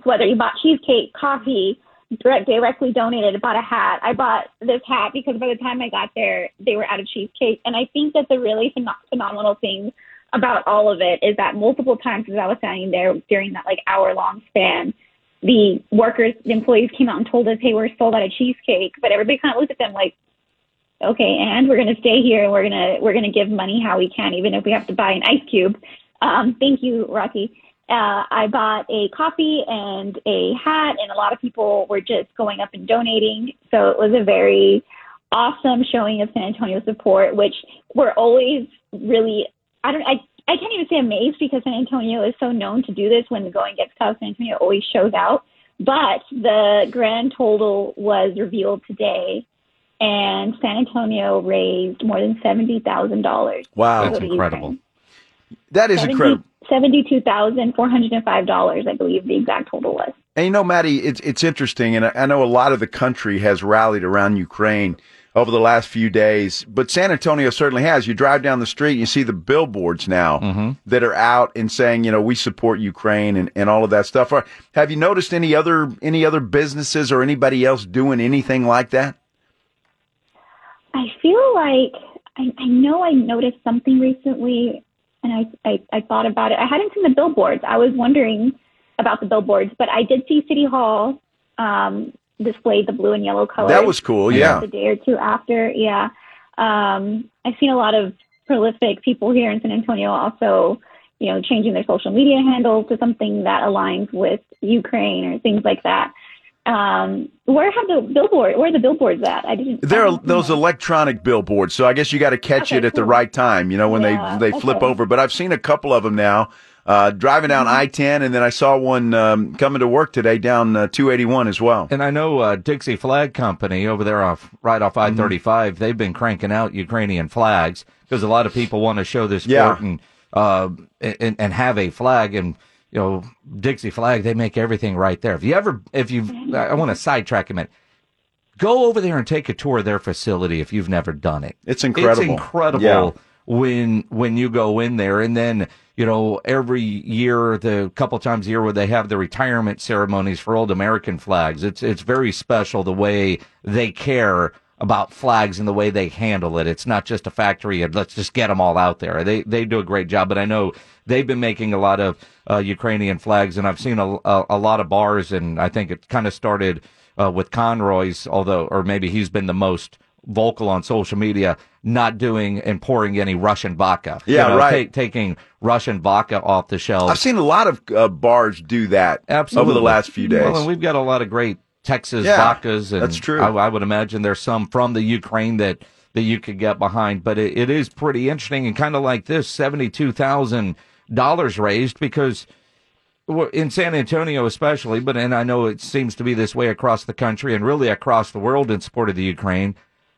G: whether you bought cheesecake, coffee, direct, directly donated, bought a hat. I bought this hat because by the time I got there, they were out of cheesecake. And I think that the really phen- phenomenal thing about all of it is that multiple times as I was standing there during that like hour long span, the workers, the employees came out and told us, hey, we're sold out of cheesecake. But everybody kind of looked at them like, okay, and we're going to stay here and we're going to we're going to give money how we can, even if we have to buy an ice cube. Um, thank you, Rocky. Uh, I bought a coffee and a hat, and a lot of people were just going up and donating. So it was a very awesome showing of San Antonio support, which we're always really I don't I I can't even say amazed because San Antonio is so known to do this when the going gets tough. San Antonio always shows out. But the grand total was revealed today and San Antonio raised more than seventy thousand dollars.
C: Wow.
B: That's incredible.
C: That is incredible.
G: Seventy-two thousand four hundred and five dollars, I believe the exact total was.
C: And you know, Maddie, it's it's interesting, and I, I know a lot of the country has rallied around Ukraine over the last few days, but San Antonio certainly has. You drive down the street and you see the billboards now that are out and saying, you know, we support Ukraine and, and all of that stuff. Or, have you noticed any other any other businesses or anybody else doing anything like that?
G: I feel like I, I know I noticed something recently, and I, I I thought about it. I hadn't seen the billboards. I was wondering about the billboards, but I did see City Hall um, display the blue and yellow color.
C: That was cool. Yeah.
G: a day or two after. Yeah, um, I've seen a lot of prolific people here in San Antonio also, you know, changing their social media handles to something that aligns with Ukraine or things like that. Um, where have the billboard? Where are the billboards at? I didn't.
C: There
G: I
C: are
G: didn't see
C: those
G: them.
C: electronic billboards, so I guess you got to catch
G: Oh, Okay,
C: it at the
G: cool.
C: right time, you know, when
G: Yeah,
C: they they flip
G: okay. Mm-hmm.
C: over. But I've seen a couple of them now. Uh, driving down I ten, and then I saw one um, coming to work today down uh, two eighty one as well.
B: And I know uh, Dixie Flag Company over there off right off
C: Mm-hmm.
B: I thirty five. They've been cranking out Ukrainian flags because a lot of people want to show this sport
C: Yeah.
B: and, uh, and and have a flag and you know Dixie Flag. They make everything right there. If you ever, if you, I I want to sidetrack a minute. Go over there and take a tour of their facility if you've never done it.
C: It's incredible.
B: It's incredible
C: Yeah.
B: when when you go in there and then you know every year the couple times a year where they have the retirement ceremonies for old american flags it's it's very special the way they care about flags and the way they handle it it's not just a factory and let's just get them all out there they they do a great job but i know they've been making a lot of uh, ukrainian flags and i've seen a, a, a lot of bars and i think it kind of started uh, with conroy's although or maybe he's been the most vocal on social media not doing and pouring any Russian vodka.
C: Yeah, right.
B: ta- taking Russian vodka off the shelves.
C: I've seen a lot of uh, bars do that
B: Absolutely.
C: over the last few days.
B: Well, and we've got a lot of great Texas
C: Yeah,
B: vodkas, and
C: that's true.
B: I, I would imagine there's some from the Ukraine that that you could get behind. But it, it is pretty interesting and kind of like this: seventy-two thousand dollars raised because well, in San Antonio, especially, but and I know it seems to be this way across the country and really across the world in support of the Ukraine.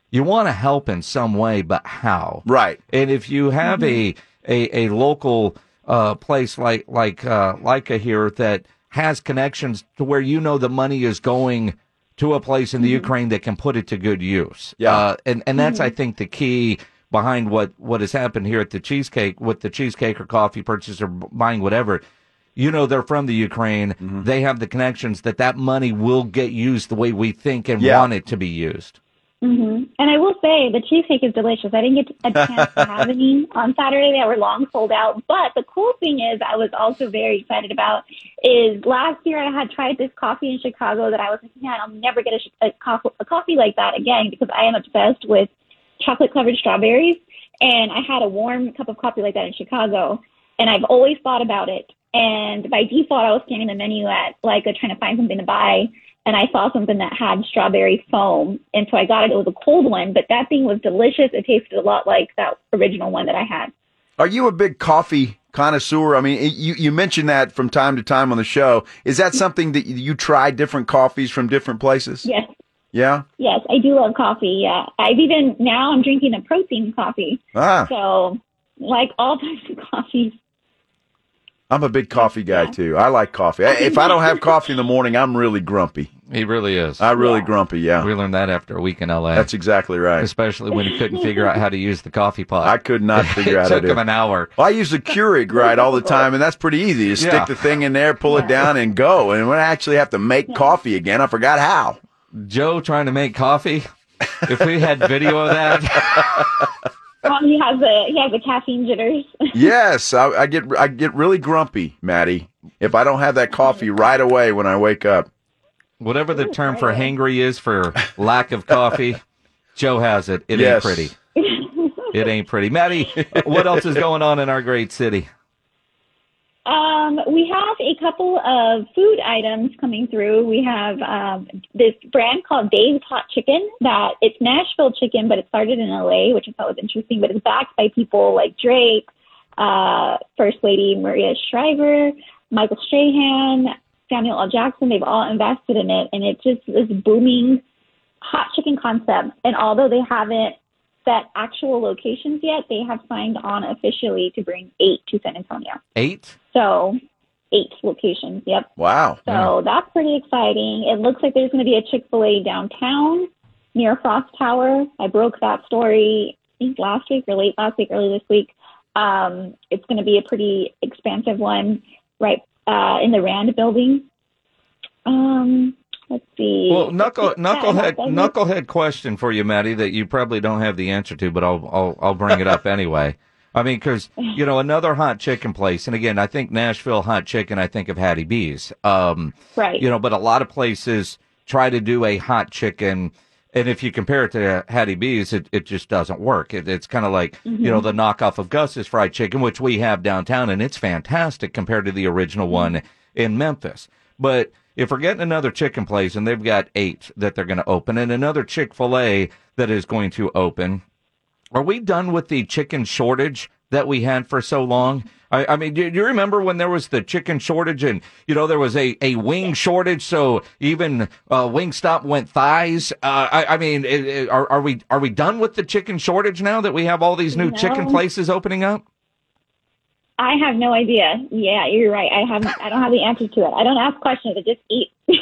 B: You want to help in some way, but how?
C: Right.
B: And if you have
C: Mm-hmm.
B: a, a a local uh, place like like uh, Leica here that has connections to where you know the money is going to a place in the Ukraine that can put it to good use.
C: Mm-hmm. Yeah. Mm-hmm.
B: Uh, and and that's I think the key behind what what has happened here at the cheesecake with the cheesecake or coffee purchase or b- buying whatever. You know they're from the Ukraine.
C: Mm-hmm.
B: They have the connections that that money will get used the way we think and
C: Yeah.
B: want it to be used.
G: hmm And I will say the cheesecake is delicious. I didn't get a chance to have any on Saturday. They were long sold out. But the cool thing is, I was also very excited about is last year I had tried this coffee in Chicago that I was like, man, I'll never get a, sh- a, coffee, a coffee like that again because I am obsessed with chocolate covered strawberries. And I had a warm cup of coffee like that in Chicago. And I've always thought about it. And by default, I was scanning the menu at like trying to find something to buy and I saw something that had strawberry foam, and so I got it. It was a cold one, but that thing was delicious. It tasted a lot like that original one that I had.
C: Are you a big coffee connoisseur? I mean, it- you you mentioned that from time to time on the show. Is
G: Mm.
C: that something that you- you try different coffees from different places?
G: Yes,
C: Yeah?
G: yes, I do love coffee. Yeah, I've even now I'm drinking a protein coffee,
C: Ah,
G: so like all types of coffees.
C: I'm a big coffee guy too. I like coffee. I- If I don't have coffee in the morning, I'm really grumpy.
B: He really is.
C: I really grumpy. Yeah,
B: we learned that after a week in L.A.
C: that's exactly right.
B: especially when he couldn't figure out how to use the coffee pot.
C: I could not figure
B: it
C: out how
B: took
C: to.
B: him an hour.
C: Well, I use the Keurig right all the time, and that's pretty easy. You
B: Yeah.
C: stick the thing in there, pull it down, and go. And when I actually have to make coffee again, I forgot how.
B: Joe trying to make coffee. If we had video of that,
G: Um, he has a he has a caffeine jitters.
C: Yes, I, I get I get really grumpy, Maddie, if I don't have that coffee right away when I wake up.
B: whatever the term for hangry is for lack of coffee, Joe has it. It
C: Yes.
B: ain't pretty. It ain't pretty. Maddie, what else is going on in our great city?
G: Um, we have a couple of food items coming through. We have um, this brand called Dave's Hot Chicken that it's Nashville chicken, but it started in LA, which I thought was interesting. But it's backed by people like Drake, uh, First Lady Maria Shriver, Michael Strahan, Samuel L. Jackson. They've all invested in it, and it's just this booming hot chicken concept. And although they haven't set actual locations yet, they have signed on officially to bring eight to San Antonio.
B: Eight?
G: So eight locations. Yep.
C: Wow.
G: So that's pretty exciting. It looks like there's going to be a Chick Fil A downtown. near Frost Tower. I broke that story, I think last week or late last week, early this week. Um, it's going to be a pretty expansive one, right uh, in the Rand building. Um, let's see.
B: Well, knuckle,
G: Yeah,
B: knucklehead,
G: that's-
B: knucklehead question for you, Maddie, that you probably don't have the answer to, but I'll, I'll, I'll bring it up anyway. I mean, because you know, another hot chicken place, and again, I think Nashville hot chicken. I think of Hattie B's. Um,
G: Right.
B: You know, but a lot of places try to do a hot chicken, and if you compare it to Hattie B's, it, it just doesn't work. It, it's kind of like you know the knockoff of Gus's fried chicken, which we have downtown, and it's fantastic compared to the original one in Memphis. But if we're getting another chicken place, and they've got eight that they're going to open, and another Chick Fil A that is going to open, are we done with the chicken shortage that we had for so long? I, I mean, do, do you remember when there was the chicken shortage and, you know, there was a, a wing shortage? So even uh, Wingstop went thighs. Uh, I, I mean, it, it- are, are we are we done with the chicken shortage now that we have all these new chicken
G: No.
B: places opening up?
G: I have no idea. Yeah, you're right. I have. I don't have the answer to it. I don't ask questions. I just eat.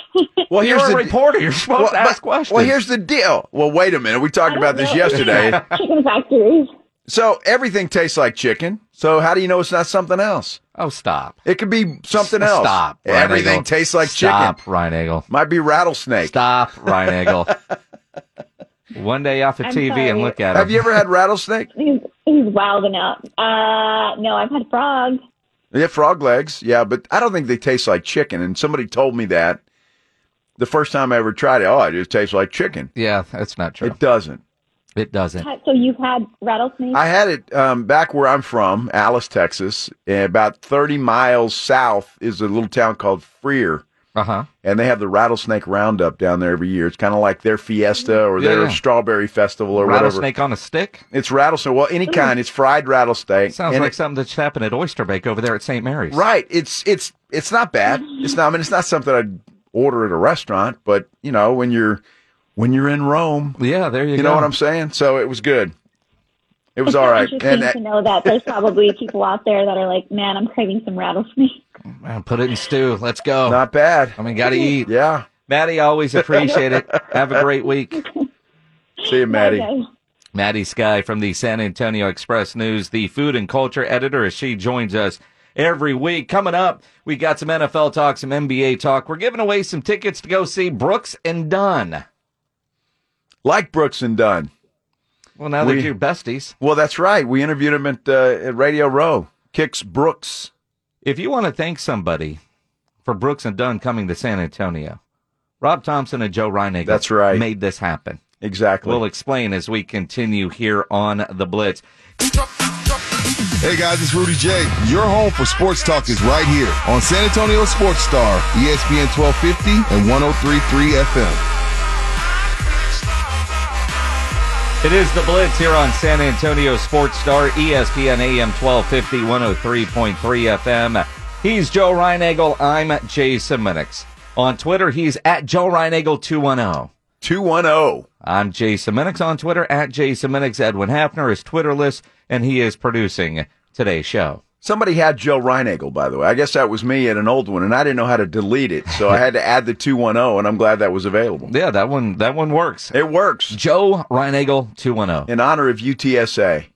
C: Well,
B: You're
C: here's
B: a
C: the
B: reporter. You're supposed to
C: but-
B: ask questions.
C: Well, here's the deal. Well, wait a minute. We talked about this yesterday.
G: Chicken factories.
C: so everything tastes like chicken. So how do you know it's not something else?
B: oh, stop.
C: It could be something else.
B: Stop. Ryan
C: Everything
B: Eagle.
C: tastes like
B: Stop,
C: chicken.
B: Ryan Eagle.
C: Might be rattlesnake.
B: Stop, Ryan Eagle. One day off of
G: I'm
B: TV and
G: sorry.
B: look at him.
C: Have you ever had rattlesnake?
G: He's, he's wilding out. Uh, no, I've had frog.
C: Yeah, frog legs. Yeah, but I don't think they taste like chicken. And somebody told me that the first time I ever tried it. Oh, it just tastes like chicken.
B: Yeah, that's not true.
C: It doesn't.
B: It doesn't.
G: So you've had rattlesnake.
C: I had it um, back where I'm from, Alice, Texas. And about 30 miles south is a little town called Freer.
B: Uh huh.
C: And they have the rattlesnake roundup down there every year. It's kind of like their fiesta or
B: Yeah,
C: their
B: yeah.
C: strawberry festival or whatever.
B: Rattlesnake on a stick?
C: It's rattlesnake. Well,
G: Mm.
C: any kind. It's fried rattlesnake.
B: Sounds
C: And
B: like
C: it-
B: something that's happened at Oyster Bake over there at St. Mary's.
C: Right. It's it's it's not bad. It's not. I mean, it's not something I'd order at a restaurant, but you know, when you're when you're in Rome,
B: Yeah, there you,
C: you
B: go.
C: know what I'm saying. So it was good. It was
G: it's
C: all right.
G: Interesting
C: And
G: to
C: that,
G: know that there's probably people out there that are like, man, I'm craving some rattlesnake.
B: Man, put it in stew. Let's go.
C: not bad.
B: I mean, got to eat.
C: Yeah.
B: Maddie, always appreciate it. Have a great week.
C: See you, Maddie.
G: Okay.
B: Maddie Sky from the San Antonio Express News, the food and culture editor, as she joins us every week. Coming up, we got some NFL talk, some NBA talk. We're giving away some tickets to go see Brooks and Dunn.
C: Like Brooks and Dunn.
B: Well, now that
C: We-
B: you're besties.
C: Well, that's right. We interviewed him at, uh, at Radio Row. Kicks Brooks.
B: If you want to thank somebody for Brooks and Dunn coming to San Antonio, Rob Thompson and Joe Reinagle
C: That's right.
B: made this happen.
C: Exactly.
B: We'll explain as we continue here on The Blitz.
H: Hey guys, it's Rudy J. Your home for sports talk is right here on San Antonio Sports Star, E ESPN 1250 and 1033 FM.
B: It is The Blitz here on San Antonio Sports Star, E ESPN AM 1250, 103.3 FM. He's Joe Reinagle. I'm Jason Minix. On Twitter, he's at Joe Reinagle210.
C: 210.
B: oh. I'm Jason Minix on Twitter, at Jason Minix. Edwin Hafner is Twitterless, and he is producing today's show.
C: Somebody had Joe Reinagle, by the way. I guess that was me at an old one, and I didn't know how to delete it. So I had to add the 210, and I'm glad that was available.
B: Yeah, that one that one works.
C: It works.
B: Joe Reinagle two one zero.
C: in honor of UTSA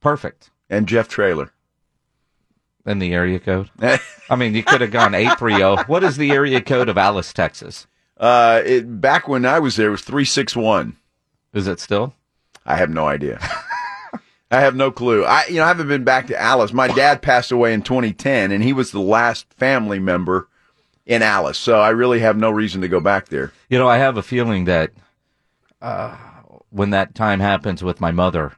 B: Perfect
C: and Jeff Trailer.
B: in the area code. I mean, you could have gone eight three zero. What is the area code of Alice, Texas?
C: Uh, it, back when I was there, it was 361.
B: Is it still?
C: I have no idea. I have no clue. I, you know, I haven't been back to Alice. My dad passed away in 2010, and he was the last family member in Alice. So I really have no reason to go back there.
B: You know, I have a feeling that uh, when that time happens with my mother,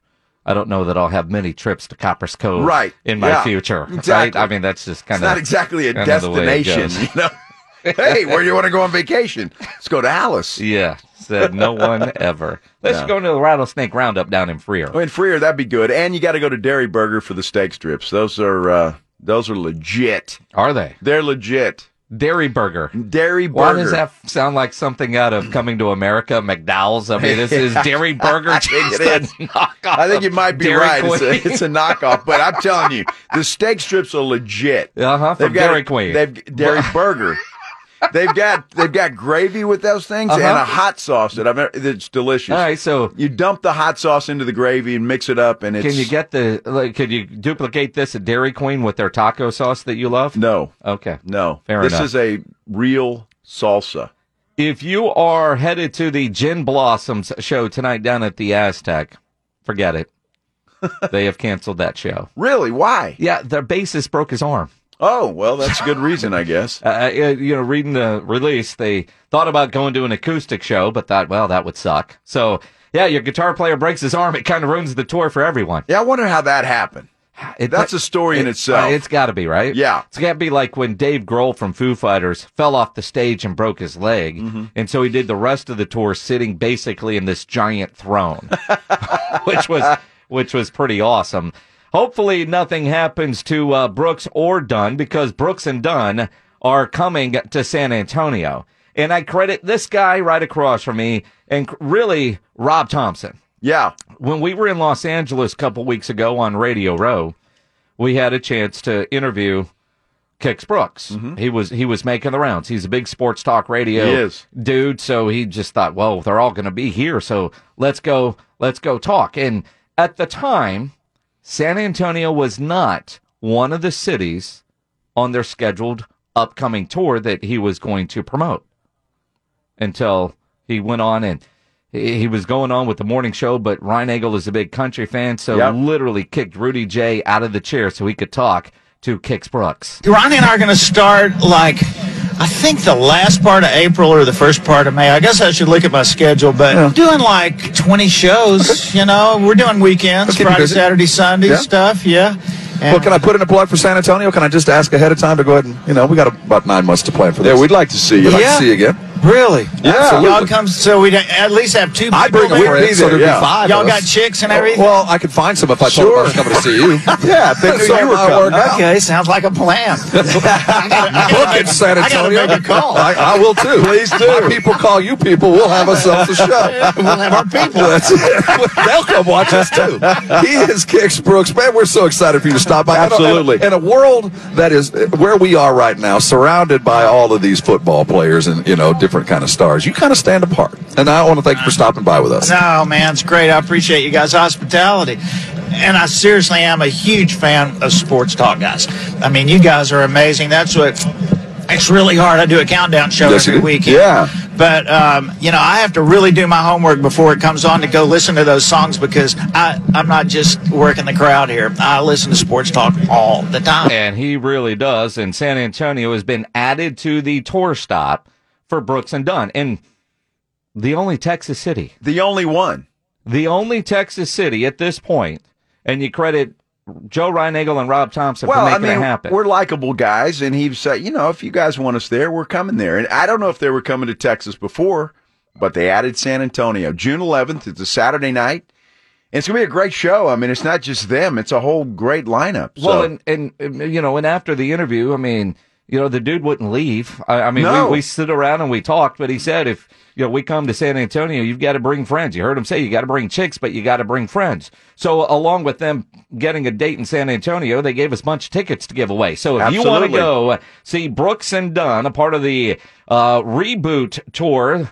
B: I don't know that I'll have many trips to Copper's Cove
C: Right.
B: in my
C: Yeah.
B: future.
C: Exactly.
B: Right? I mean, that's just kind
C: It's
B: of
C: not exactly a
B: kinda the way it
C: destination,
B: goes.
C: you know. hey, where do you want to go on vacation? Let's go to Alice.
B: Yeah, said no one ever. Let's
C: Yeah. Oh,
B: go into the rattlesnake roundup down in Freer.
C: I mean, Freer, that'd be good. And you got to go to Dairy Burger for the steak strips. Those are uh, those are legit.
B: Are they
C: They're legit.
B: Dairy Burger?
C: Dairy
B: Why
C: Burger.
B: does that sound like something out of Coming to America, McDowell's? I mean, this is Dairy Burger. I
C: think it is.
B: Knockoff
C: I think you might be
B: Dairy
C: right. It's
B: Queen.
C: a, it's a knockoff, but I'm telling you, the steak strips are legit.
B: Uh-huh, from
C: They've got
B: Dairy
C: a-
B: Queen.
C: They've Dairy Burger. they've got they've got gravy with those things
B: Uh-huh.
C: and a hot sauce that I've never, that's delicious.
B: All right, so
C: you dump the hot sauce into the gravy and mix it up, and it's
B: Can you get the? Like, could you duplicate this at Dairy Queen with their taco sauce that you love?
C: No.
B: Okay.
C: no.
B: Fair
C: this
B: enough.
C: is a real salsa.
B: If you are headed to the Gin Blossoms show tonight down at the Aztec, forget it. they have canceled that show.
C: Really? Why?
B: Yeah, their bassist broke his arm.
C: Oh well, that's a good reason, I guess.
B: Uh, uh, you know, reading the release, they thought about going to an acoustic show, but thought, well, that would suck. So, yeah, your guitar player breaks his arm. It kind of ruins the tour for everyone.
C: Yeah, I wonder how that happened.
B: It-
C: That's a story in
B: it-
C: itself.
B: uh, it's got to be right.
C: Yeah.
B: it's got to be like when Dave Grohl from Foo Fighters fell off the stage and broke his leg,
C: Mm-hmm.
B: and so he did the rest of the tour sitting basically in this giant throne, which was which was pretty awesome. Hopefully, nothing happens to uh, Brooks or Dunn because Brooks and Dunn are coming to San Antonio, and I credit this guy right across from me, and c- really Rob Thompson
C: yeah,
B: when we were in Los Angeles a couple weeks ago on Radio Row, we had a chance to interview Kix Brooks. He was he was making the rounds. He's a big sports talk radio
C: Mm-hmm. He is.
B: dude, so he just thought, well, they're all going to be here, so let's go let's go talk. And at the time, San Antonio was not one of the cities on their scheduled upcoming tour that he was going to promote until he went on and he he was going on with the morning show, but Ryan Eagle is a big country fan, so
C: Yep.
B: literally kicked Rudy J out of the chair so he could talk to Kix Brooks.
I: Ronnie and I are going to start like I think the last part of April or the first part of May. I guess I should look at my schedule, but doing like 20 shows. You know, we're doing weekends,
J: Okay,
I: Friday,
J: because it-
I: Saturday, Sunday
J: Yeah.
I: stuff. Yeah.
J: well, can I put in a plug for San Antonio? Can I just ask ahead of time to go ahead and, you know, we got about nine months to plan for this.
H: Yeah, we'd like to see you.
J: We'd like
I: Yeah.
J: to see you again.
I: Really?
J: Yeah.
I: Y'all come so we at least have two.
J: I'd bring
I: people
J: them
I: there?
J: with me, so there'd be five
I: Y'all
J: of
I: got
J: us.
I: chicks and everything.
J: Well, I could find some if I told them I was coming to see you.
I: Yeah, if they knew
J: So
I: you were
J: it might
I: coming.
J: work out.
I: Okay, sounds like a plan.
J: Book it, San
I: I gotta
J: Antonio.
I: make a call.
J: I, I will too.
I: Please do.
J: My people call you people. We'll have ourselves a show.
I: we'll have our people.
J: That's it. They'll come watch us too. He is Kix Brooks. Man, we're so excited for you to stop by.
C: Absolutely.
J: In a, in a world that is eh, where we are right now, surrounded by all of these football players and you know different kind of stars, you kind of stand apart. And I want to thank you for stopping by with us.
I: No, man, it's great. I appreciate you guys' hospitality. And I seriously am a huge fan of sports talk, guys. I mean, you guys are amazing. That's what. It's really hard. I do a countdown show
J: Yes, you
I: every
J: do.
I: weekend.
J: Yeah.
I: But, um, you know, I have to really do my homework before it comes on to go listen to those songs because I, I'm not just working the crowd here. I listen to sports talk all the time.
B: And he really does. And San Antonio has been added to the tour stop for Brooks and Dunn. And the only Texas city.
C: The only one.
B: The only Texas city at this point, and you credit Joe Reinagle and Rob Thompson
C: Well,
B: for
C: I
B: making
C: mean,
B: it happen.
C: we're likable guys, and he said, you know, if you guys want us there, we're coming there. And I don't know if they were coming to Texas before, but they added San Antonio June 11th. It's a Saturday night. And it's gonna be a great show. I mean, it's not just them; it's a whole great lineup. So.
B: Well, and, and and, you know, and after the interview, I mean, you know, the dude wouldn't leave. I, I mean,
C: No.
B: we, we sit around and we talked, but he said, if you know, we come to San Antonio, you've got to bring friends. You heard him say, you got to bring chicks, but you got to bring friends. So, along with them getting a date in San Antonio, they gave us a bunch of tickets to give away. So, if you want to
C: Absolutely.
B: go see Brooks and Dunn, a part of the uh, reboot tour.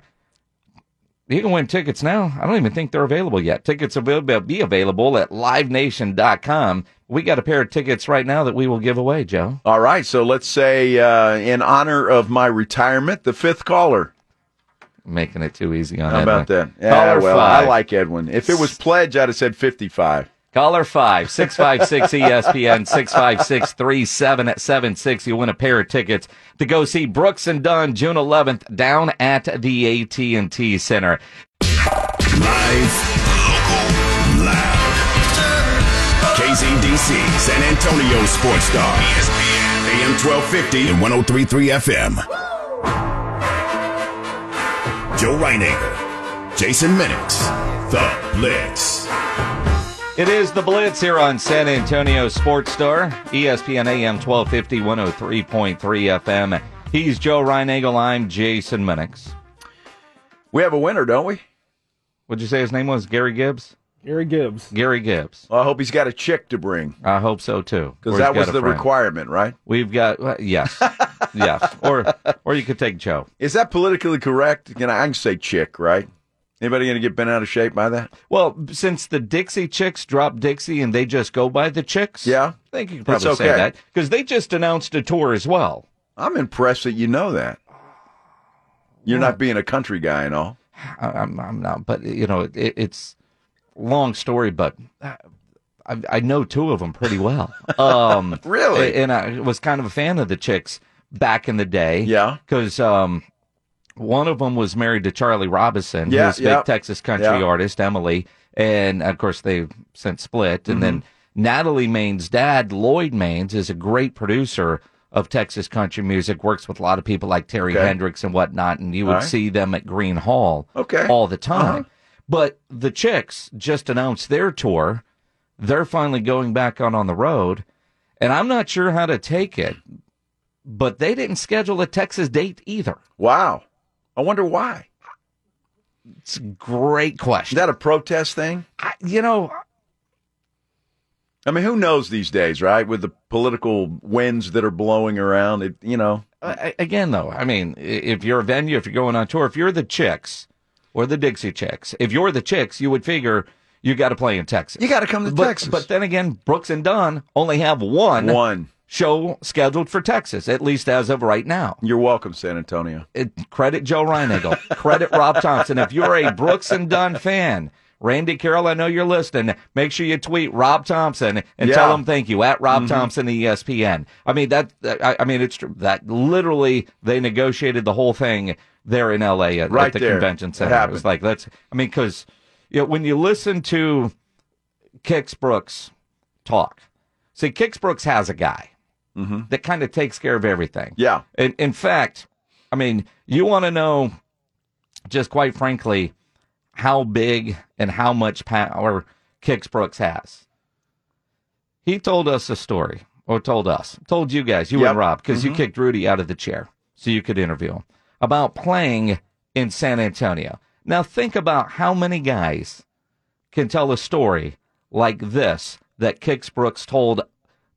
B: You can win tickets now. I don't even think they're available yet. Tickets will be available at livenation.com. We got a pair of tickets right now that we will give away, Joe.
C: all right, so let's say uh, in honor of my retirement, the fifth caller.
B: Making it too easy on
C: How about that?
B: Edwin.
C: Yeah,
B: Caller
C: well,
B: five.
C: I like Edwin. If it was pledge, I'd have said fifty-five.
B: Caller 5 656 ESPN 656 3776. You win a pair of tickets to go see Brooks and Dunn June 11th down at the AT&T Center.
A: KZDC, San Antonio Sports Star. ESPN. AM 1250 and 1033 FM. Joe Reinagle. Jason Minix. The Blitz.
B: It is the Blitz here on San Antonio Sports Star, E ESPN AM 1250, 103.3 FM. He's Joe Reinagle. I'm Jason Minix.
C: We have a winner, don't we?
B: Would you say his name was Gary Gibbs?
D: Gary Gibbs.
B: Gary Gibbs.
C: Well, I hope he's got a chick to bring.
B: I hope so too.
C: Because
B: Or
C: that
B: he's
C: was
B: got a
C: the
B: friend.
C: requirement, right?
B: We've got well, yes, yes, or or you could take Joe.
C: Is that politically correct? Can I, I can say chick, right? Anybody going to get bent out of shape by that?
B: Well, since the Dixie Chicks dropped Dixie and they just go by the Chicks,
C: Yeah.
B: I think you could
C: That's
B: probably say
C: okay.
B: that because they just announced a tour as well.
C: I'm impressed that you know that. You're not being a country guy and all.
B: I, I'm, I'm not, but you know, it, it's long story, but I, I know two of them pretty well. Um,
C: Really?
B: and I was kind of a fan of the chicks back in the day.
C: Yeah,
B: because um, one of them was married to Charlie Robinson,
C: Yeah,
B: who's a
C: yeah.
B: big Texas country
C: Yeah.
B: artist, Emily, and of course they've since split. And then
C: Mm-hmm.
B: Natalie Maine's dad, Lloyd Maines, is a great producer. Of Texas country music, works with a lot of people like Terry
C: Okay.
B: Hendrix and whatnot, and you would
C: All right.
B: see them at Green Hall
C: Okay.
B: all the time.
C: Uh-huh.
B: But the Chicks just announced their tour. They're finally going back on on the road, and I'm not sure how to take it. But they didn't schedule a Texas date either.
C: Wow. I wonder why.
B: It's a great question.
C: Is that a protest thing?
B: I, you know,
C: I mean, who knows these days, right? With the political winds that are blowing around, it, you know.
B: I, again though, I mean, i- if you're a venue, if you're going on tour, if you're the Chicks or the Dixie Chicks, if you're the Chicks, you would figure you got to play in Texas.
C: You got to come to
B: but,
C: Texas.
B: But then again, Brooks and Dunn only have one
C: One.
B: show scheduled for Texas, at least as of right now.
C: You're welcome, San Antonio.
B: It, Uh, credit Joe Reinagle. credit Rob Thompson. If you're a Brooks and Dunn fan, Randy Carroll, I know you're listening. Make sure you tweet Rob Thompson and
C: Yeah. Mm-hmm.
B: tell him thank you at Rob Thompson E ESPN. I mean that. that- I, I mean it's true. That literally they negotiated the whole thing there in L.A. at,
C: Right
B: at the
C: there.
B: convention
C: It
B: center. It
C: happened.
B: was like that's. I mean because you know, when you listen to Kix Brooks talk, see Kix Brooks has a guy
C: Mm-hmm.
B: that kind of takes care of everything.
C: Yeah.
B: In, in fact, I mean, you want to know, just quite frankly, how big and how much power Kix Brooks has. He told us a story, or told us, told you guys, you
C: Yep.
B: and Rob, because you kicked Rudy out of the chair so you could interview him about playing in San Antonio. Now, think about how many guys can tell a story like this that Kix Brooks told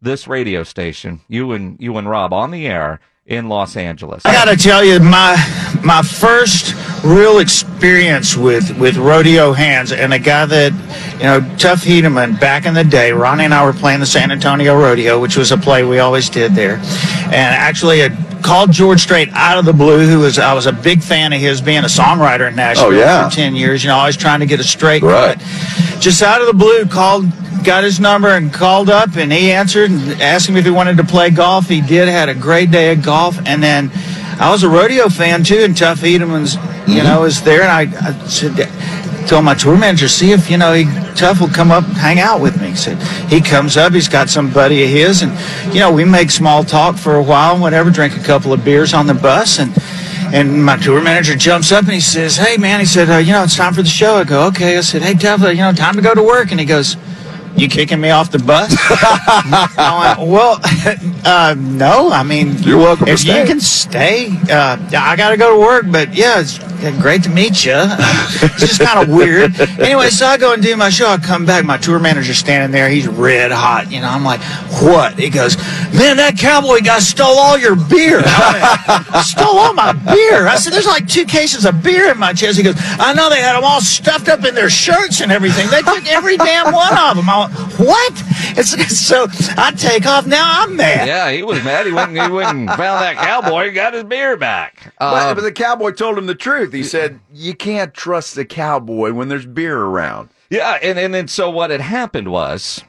B: this radio station, you and you and Rob, on the air in Los Angeles.
I: I gotta tell you, my my first real experience with with rodeo hands and a guy that you know, Tough Hedeman back in the day. Ronnie and I were playing the San Antonio Rodeo, which was a play we always did there, and actually had called George Strait out of the blue, who was I was a big fan of his, being a songwriter in Nashville
J: Oh, yeah.
I: for ten years. You know, always trying to get a straight
J: Right.
I: cut. Just out of the blue, called. Got his number and called up, and he answered and asked him if he wanted to play golf. He did, had a great day of golf, and then I was a rodeo fan too, and Tough Edelman's,
C: Mm-hmm.
I: you know, is there, and I, I said, told my tour manager, see if you know he Tough will come up, hang out with me. He said he comes up, he's got some buddy of his, and you know we make small talk for a while, and whatever, drink a couple of beers on the bus, and and my tour manager jumps up and he says, hey man, he said, uh, you know it's time for the show. I go, okay. I said, hey Tough, uh, you know time to go to work, and he goes. You kicking me off the bus? I went, well, uh, no. I mean,
J: You're welcome to
I: If
J: stay.
I: you can stay, uh, I got to go to work. But yeah, it's uh, great to meet you. It's just kind of weird. Anyway, so I go and do my show. I come back. My tour manager's standing there. He's red hot. You know, I'm like, what? He goes, man, that cowboy guy stole all your beer. I went, stole all my beer. I said, there's like two cases of beer in my chest. He goes, I know they had them all stuffed up in their shirts and everything. They took every damn one of them. I went, what? It's, so I take off. Now I'm mad.
B: yeah, he was mad. He went, he went and found that cowboy and got his beer back.
C: but,
B: Um,
C: but the cowboy told him the truth. He said, "You can't trust the cowboy when there's beer around."
B: yeah, and, and and so what had happened was,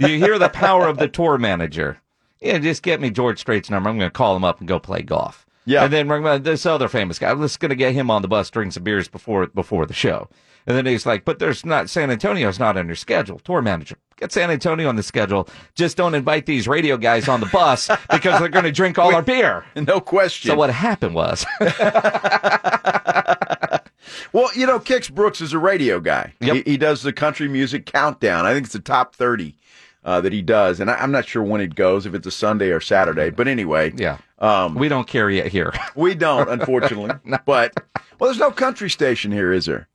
B: you hear the power of the tour manager. Yeah, just get me George Strait's number. I'm going to call him up and go play golf.
C: Yeah.
B: and then bring my- this other famous guy. Let's going to get him on the bus, drink some beers before before the show. And then he's like, "But there's not San Antonio's not on your schedule, tour manager." Get San Antonio on the schedule. Just don't invite these radio guys on the bus because they're going to drink all our beer.
C: No question.
B: So what happened was,
C: Well, you know, Kix Brooks is a radio guy.
B: Yep.
C: He, he does the country music countdown. I think it's the top 30 uh, that he does. And I, I'm not sure when it goes, if it's a Sunday or Saturday. But anyway,
B: yeah,
C: um,
B: we don't carry it here.
C: we don't, unfortunately. But, well, there's no country station here, is there?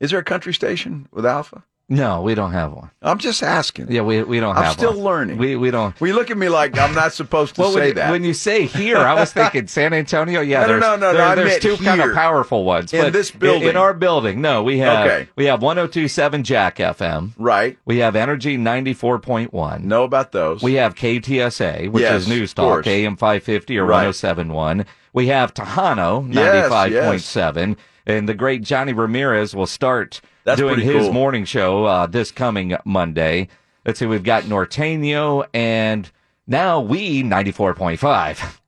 C: Is there a country station with Alpha?
B: No, we don't have one.
C: I'm just asking.
B: Yeah, we we don't
C: I'm
B: have
C: still
B: one.
C: learning.
B: We we don't.
C: Well, you look at me like I'm not supposed to
B: Well,
C: say
B: when, you-
C: that.
B: when you say here, I was thinking San Antonio. Yeah,
C: No, no,
B: there's,
C: no, no, no,
B: there-
C: I
B: there's
C: meant
B: two kind
C: here.
B: of powerful ones.
C: In
B: but
C: this
B: in- in,
C: building.
B: our building, no, we have
C: Okay.
B: we have 102.7 Jack FM,
C: right?
B: We have Energy 94.1.
C: Know about those?
B: We have KTSA, which
C: Yes,
B: is News
C: of course.
B: Talk AM 550 or
C: Right.
B: 107.1. We have Tejano
C: Yes,
B: 95.7, and the great Johnny Ramirez will start
C: That's
B: doing
C: pretty
B: his
C: cool.
B: morning show uh, this coming Monday. Let's see, we've got Norteño and now we 94.5.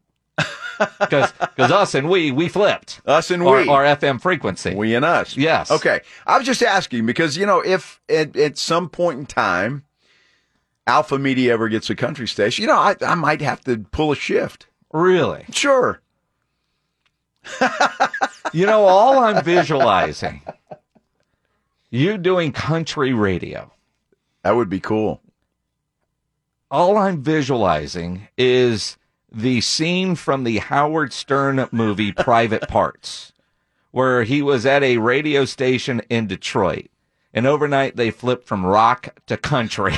B: Because us and we, we flipped.
C: Us and
B: Our-
C: we.
B: Our FM frequency.
C: We and us.
B: Yes.
C: Okay. I was just asking because, you know, if at, at some point in time Alpha Media ever gets a country station, you know, I, I might have to pull a shift.
B: Really?
C: Sure.
B: You know, all I'm visualizing you doing country radio.
C: That would be cool.
B: All I'm visualizing is the scene from the Howard Stern movie Private Parts, where he was at a radio station in Detroit. And overnight, they flipped from rock to country.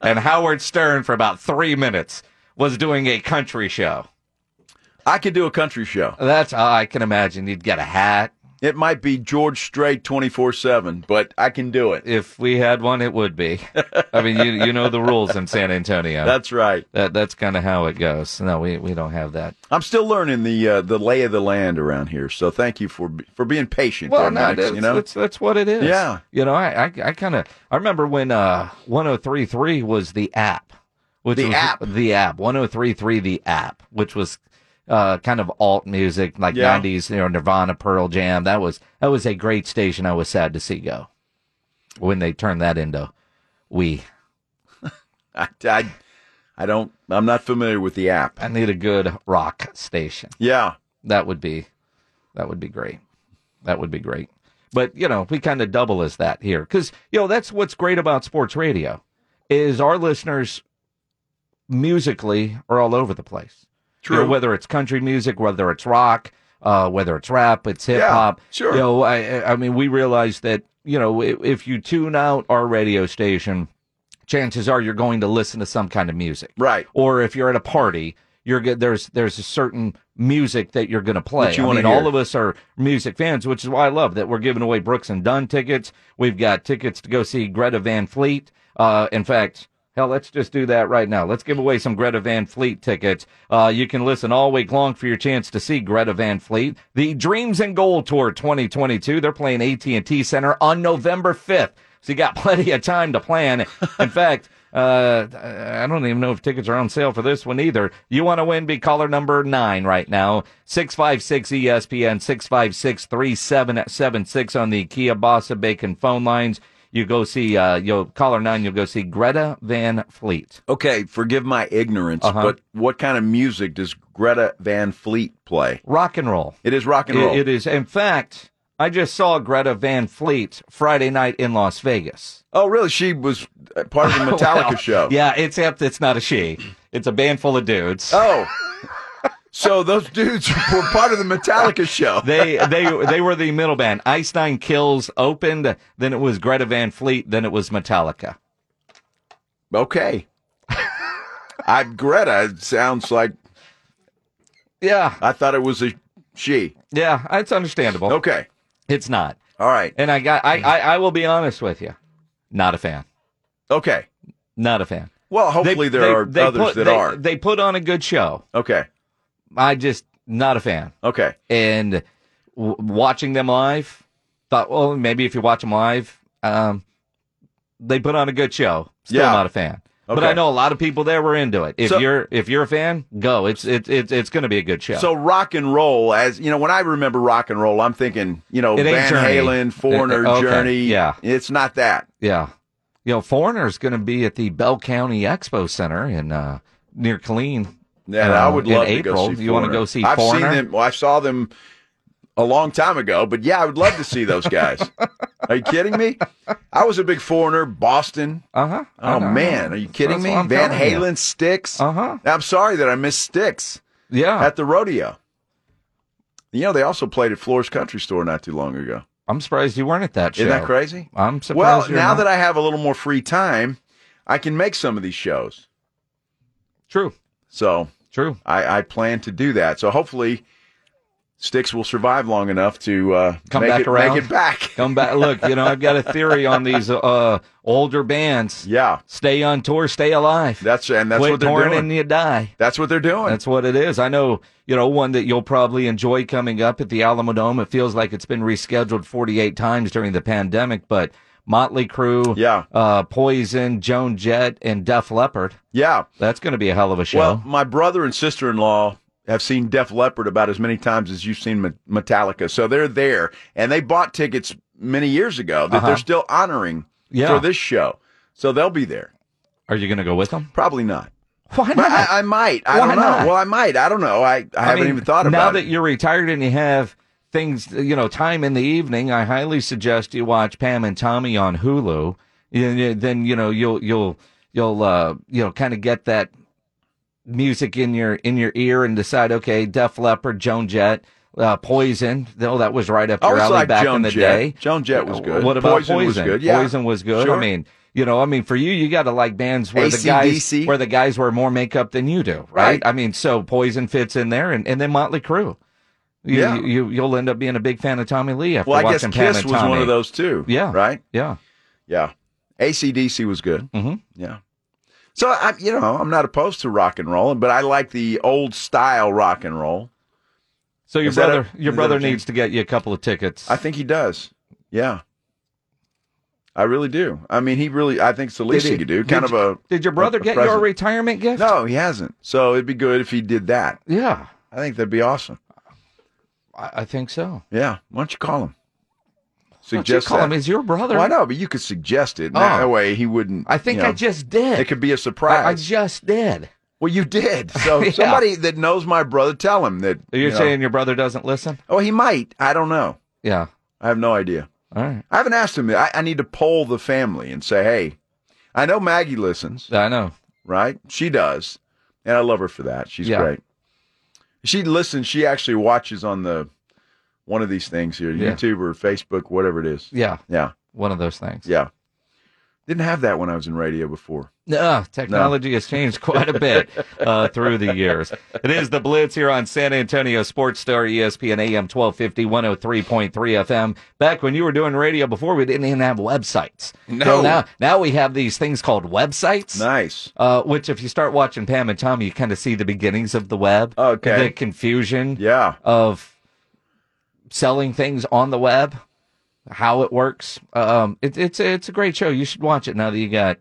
B: and Howard Stern, for about three minutes, was doing a country show.
C: I could do a country show.
B: That's all I can imagine. You'd get a hat.
C: It might be George Strait 24 7, but I can do it.
B: If we had one, it would be. I mean, you you know the rules in San Antonio.
C: That's right.
B: that that's kind of how it goes. No, we we don't have that.
C: I'm still learning the uh, the lay of the land around here, so thank you for for being patient. there, Max,
B: that's,
C: you know,
B: that's that's what it is.
C: Yeah.
B: you know, I I, I kind of I remember when uh 1033 was the app, which
C: The
B: was-
C: app.
B: the app 1033 the app, which was uh kind of alt music like
C: Yeah.
B: 90s, you know, Nirvana, Pearl Jam. That was that was a great station. I was sad to see go when they turned that into we.
C: I, I I don't I'm not familiar with the app.
B: I need a good rock station.
C: Yeah,
B: That would be that would be great. That would be great. But you know, we kind of double as that here because you know that's what's great about sports radio is our listeners musically are all over the place. You know,
C: True.
B: whether it's country music, whether it's rock, uh, whether it's rap, it's hip hop.
C: sure.
B: You know, I I I mean, we realize that you know if, if you tune out our radio station, chances are you're going to listen to some kind of music,
C: Right.
B: Or if you're at a party, you're go- there's there's a certain music that you're going to play.
C: That you
B: I
C: wanna
B: mean,
C: hear.
B: all of us are music fans, which is why I love that we're giving away Brooks and Dunn tickets. We've got tickets to go see Greta Van Fleet. Uh, in fact, hell, let's just do that right now. Let's give away some Greta Van Fleet tickets. Uh, you can listen all week long for your chance to see Greta Van Fleet. The Dreams and Gold Tour 2022. They're playing AT&T Center on November 5th. So you got plenty of time to plan. In fact, uh, I don't even know if tickets are on sale for this one either. You want to win? Be caller number nine right now. 656 ESPN, 656 3776 on the Kia Bossa Bacon phone lines. You go see, uh, you'll caller nine, you'll go see Greta Van Fleet.
C: Okay, forgive my ignorance,
B: Uh-huh.
C: but what kind of music does Greta Van Fleet play?
B: Rock and roll.
C: It is rock and roll.
B: It- it is. In fact, I just saw Greta Van Fleet Friday night in Las Vegas.
C: Oh, really? She was uh, part of the Metallica
B: Well,
C: show.
B: Yeah, except it's not a she. It's a band full of dudes.
C: Oh. So those dudes were part of the Metallica show.
B: they they they were the middle band. Einstein Kills opened, then it was Greta Van Fleet, then it was Metallica.
C: Okay. I Greta sounds like
B: Yeah,
C: I thought it was a she.
B: yeah, it's understandable.
C: Okay.
B: It's not.
C: All right.
B: And I got I, I I will be honest with you, not a fan.
C: Okay.
B: Not a fan.
C: Well, hopefully there are
B: they
C: others
B: put-
C: that
B: they-
C: are.
B: They put on a good show.
C: Okay.
B: I just not a fan.
C: Okay.
B: And w- watching them live, thought well maybe if you watch them live, um, they put on a good show. Still
C: Yeah.
B: not a fan. But
C: Okay.
B: I know a lot of people there were into it. If
C: So-
B: you're if you're a fan, go. It's it's it's it's going to be a good show.
C: So rock and roll, as you know, when I remember rock and roll, I'm thinking, you know,
B: It ain't
C: Van
B: Journey.
C: Halen, Foreigner,
B: It- okay,
C: Journey.
B: yeah.
C: it's not that.
B: Yeah. You know, Foreigner's going to be at the Bell County Expo Center in uh, near Killeen.
C: Yeah, and
B: uh,
C: I would
B: in
C: love
B: April.
C: to go see.
B: You want to
C: Foreigner.
B: go see
C: I've
B: Foreigner?
C: seen them. Well, I saw them a long time ago, but yeah, I would love to see those guys. are you kidding me? I was a big Foreigner, Boston.
B: Uh huh.
C: Oh man, are you kidding me? Van Halen, Sticks.
B: Uh huh.
C: I'm sorry that I missed Sticks
B: Yeah.
C: at the rodeo. You know, they also played at Floor's Country Store not too long ago.
B: I'm surprised you weren't at that show.
C: Isn't that crazy?
B: I'm surprised.
C: Well,
B: you're
C: now
B: not.
C: that I have a little more free time, I can make some of these shows.
B: True.
C: So
B: true.
C: I, I plan to do that. So hopefully, Sticks will survive long enough to uh,
B: come
C: make
B: back
C: it,
B: around.
C: Make it back.
B: Come back. Look, you know, I've got a theory on these uh, older bands.
C: Yeah.
B: Stay on tour, stay alive.
C: That's and that's
B: Quit
C: what they're
B: touring
C: doing.
B: and you die.
C: That's what they're doing.
B: That's what it is. I know, you know, one that you'll probably enjoy coming up at the Alamo Dome. It feels like it's been rescheduled 48 times during the pandemic, but Motley Crue,
C: yeah.
B: uh, Poison, Joan Jett, and Def Leppard.
C: Yeah.
B: That's going to be a hell of a show.
C: Well, my brother and sister in law have seen Def Leppard about as many times as you've seen Me- Metallica. So they're there. And they bought tickets many years ago that
B: Uh-huh.
C: they're still honoring
B: Yeah.
C: for this show. So they'll be there.
B: Are you going to go with them?
C: Probably not.
B: Why
C: not? I, I might. I
B: Why
C: don't know.
B: not?
C: Well, I might. I don't know. I, I, haven't
B: mean,
C: even thought
B: now
C: about
B: that
C: it.
B: you're retired and you have things, you know, time in the evening. I highly suggest you watch Pam and Tommy on Hulu. You- you- Then you know you'll you'll you'll uh, you know kind of get that music in your in your ear and decide, okay, Def Leppard, Joan Jett. Uh, poison. Though that was right up
C: I
B: your
C: always
B: alley
C: liked
B: back
C: Joan
B: in the
C: Jett.
B: day.
C: Joan Jett was good.
B: What about
C: Poison
B: poison?
C: was good, yeah.
B: Poison was good.
C: Sure.
B: I mean, you know, I mean, for you, you got to like bands where the
C: AC/DC.
B: guys where the guys wear more makeup than you do, right?
C: Right.
B: I mean, so Poison fits in there, and, and then Motley Crue. You,
C: Yeah.
B: you, you will end up being a big fan of Tommy Lee after
C: well, I guess
B: watching Pam
C: Kiss
B: and
C: was one
B: Tommy.
C: of those too.
B: Yeah.
C: Right?
B: Yeah.
C: Yeah. ACDC was good.
B: Mm-hmm.
C: Yeah. So I, you know, I'm not opposed to rock and roll, but I like the old style rock and roll.
B: So your
C: Is that a-
B: brother, your
C: is that
B: brother
C: a change?
B: needs to get you a couple of tickets.
C: I think he does. Yeah. I really do. I mean, he really. I think it's the least
B: Did
C: he,
B: he-
C: could do.
B: did
C: Kind of
B: you-
C: a.
B: did your brother get you a
C: present.
B: retirement gift?
C: No, he hasn't. So it'd be good if he did that.
B: Yeah.
C: I think that'd be awesome.
B: I, I think so.
C: Yeah. Why don't you call him?
B: Why don't
C: Suggest
B: you call
C: that.
B: him? He's your brother.
C: Well, I know, but you could suggest it. and That
B: Oh.
C: way he wouldn't.
B: I think
C: you know,
B: I just did.
C: It could be a
B: I,
C: surprise.
B: I just did.
C: well, you did. So
B: Yeah.
C: somebody that knows my brother, tell him that.
B: You're
C: you know-
B: saying your brother doesn't listen?
C: Oh, he might. I don't know.
B: Yeah.
C: I have no idea.
B: All right.
C: I haven't asked him. I, I need to poll the family and say, hey, I know Maggie listens,
B: I know.
C: right? She does. And I love her for that. She's
B: Yeah.
C: great. She listens. She actually watches on the one of these things here,
B: Yeah.
C: YouTube or Facebook, whatever it is.
B: Yeah.
C: Yeah.
B: One of those things.
C: Yeah. Didn't have that when I was in radio before.
B: No, uh, technology has changed quite a bit uh, through the years. It is the Blitz here on San Antonio Sports Star E ESPN AM 1250, 103.3 FM. Back when you were doing radio before, we didn't even have websites.
C: No.
B: So now, now we have these things called websites.
C: Nice.
B: Uh, which, if you start watching Pam and Tommy, you kind of see the beginnings of the web.
C: Okay.
B: The confusion.
C: Yeah.
B: Of selling things on the web, how it works. Um, it, it's it's a great show. You should watch it now that you got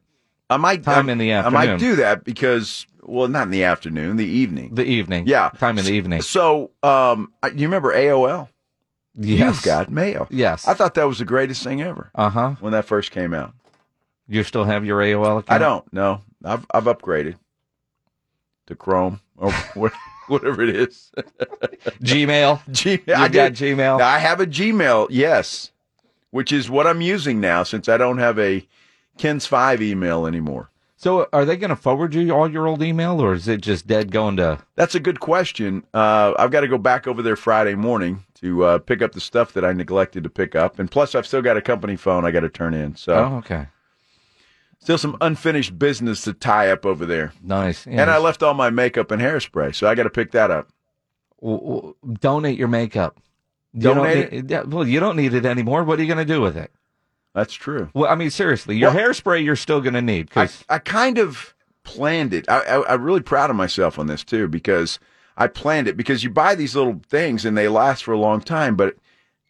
C: I might
B: time in the
C: I
B: afternoon.
C: might do that because, well, not in the afternoon, the evening.
B: the evening.
C: Yeah.
B: time in the evening.
C: So, um, I- you remember AOL?
B: Yes.
C: You've got mail.
B: Yes.
C: I thought that was the greatest thing ever
B: Uh huh.
C: when that first came out.
B: You still have your AOL account?
C: I don't. No, I've I've upgraded to Chrome or what- whatever it is.
B: Gmail.
C: Gmail.
B: You
C: I
B: got
C: did-
B: Gmail?
C: I have a Gmail. Yes, which is what I'm using now since I don't have a Ken's Five email anymore.
B: So, are they going to forward you all your old email, or is it just dead going to?
C: That's a good question. Uh, I've got to go back over there Friday morning to uh, pick up the stuff that I neglected to pick up, and plus I've still got a company phone I got to turn in. So
B: Oh, okay.
C: still some unfinished business to tie up over there.
B: Nice.
C: And I left all my makeup and hairspray, so I got to pick that up.
B: w- w- donate your makeup. You don't
C: Donate
B: need, yeah, well, you don't need it anymore. What are you going to do with it?
C: That's true.
B: Well, I mean, seriously, your hairspray you're still going to need
C: I,
B: because
C: I kind of planned it. I, I, I'm really proud of myself on this too because I planned it because you buy these little things and they last for a long time, but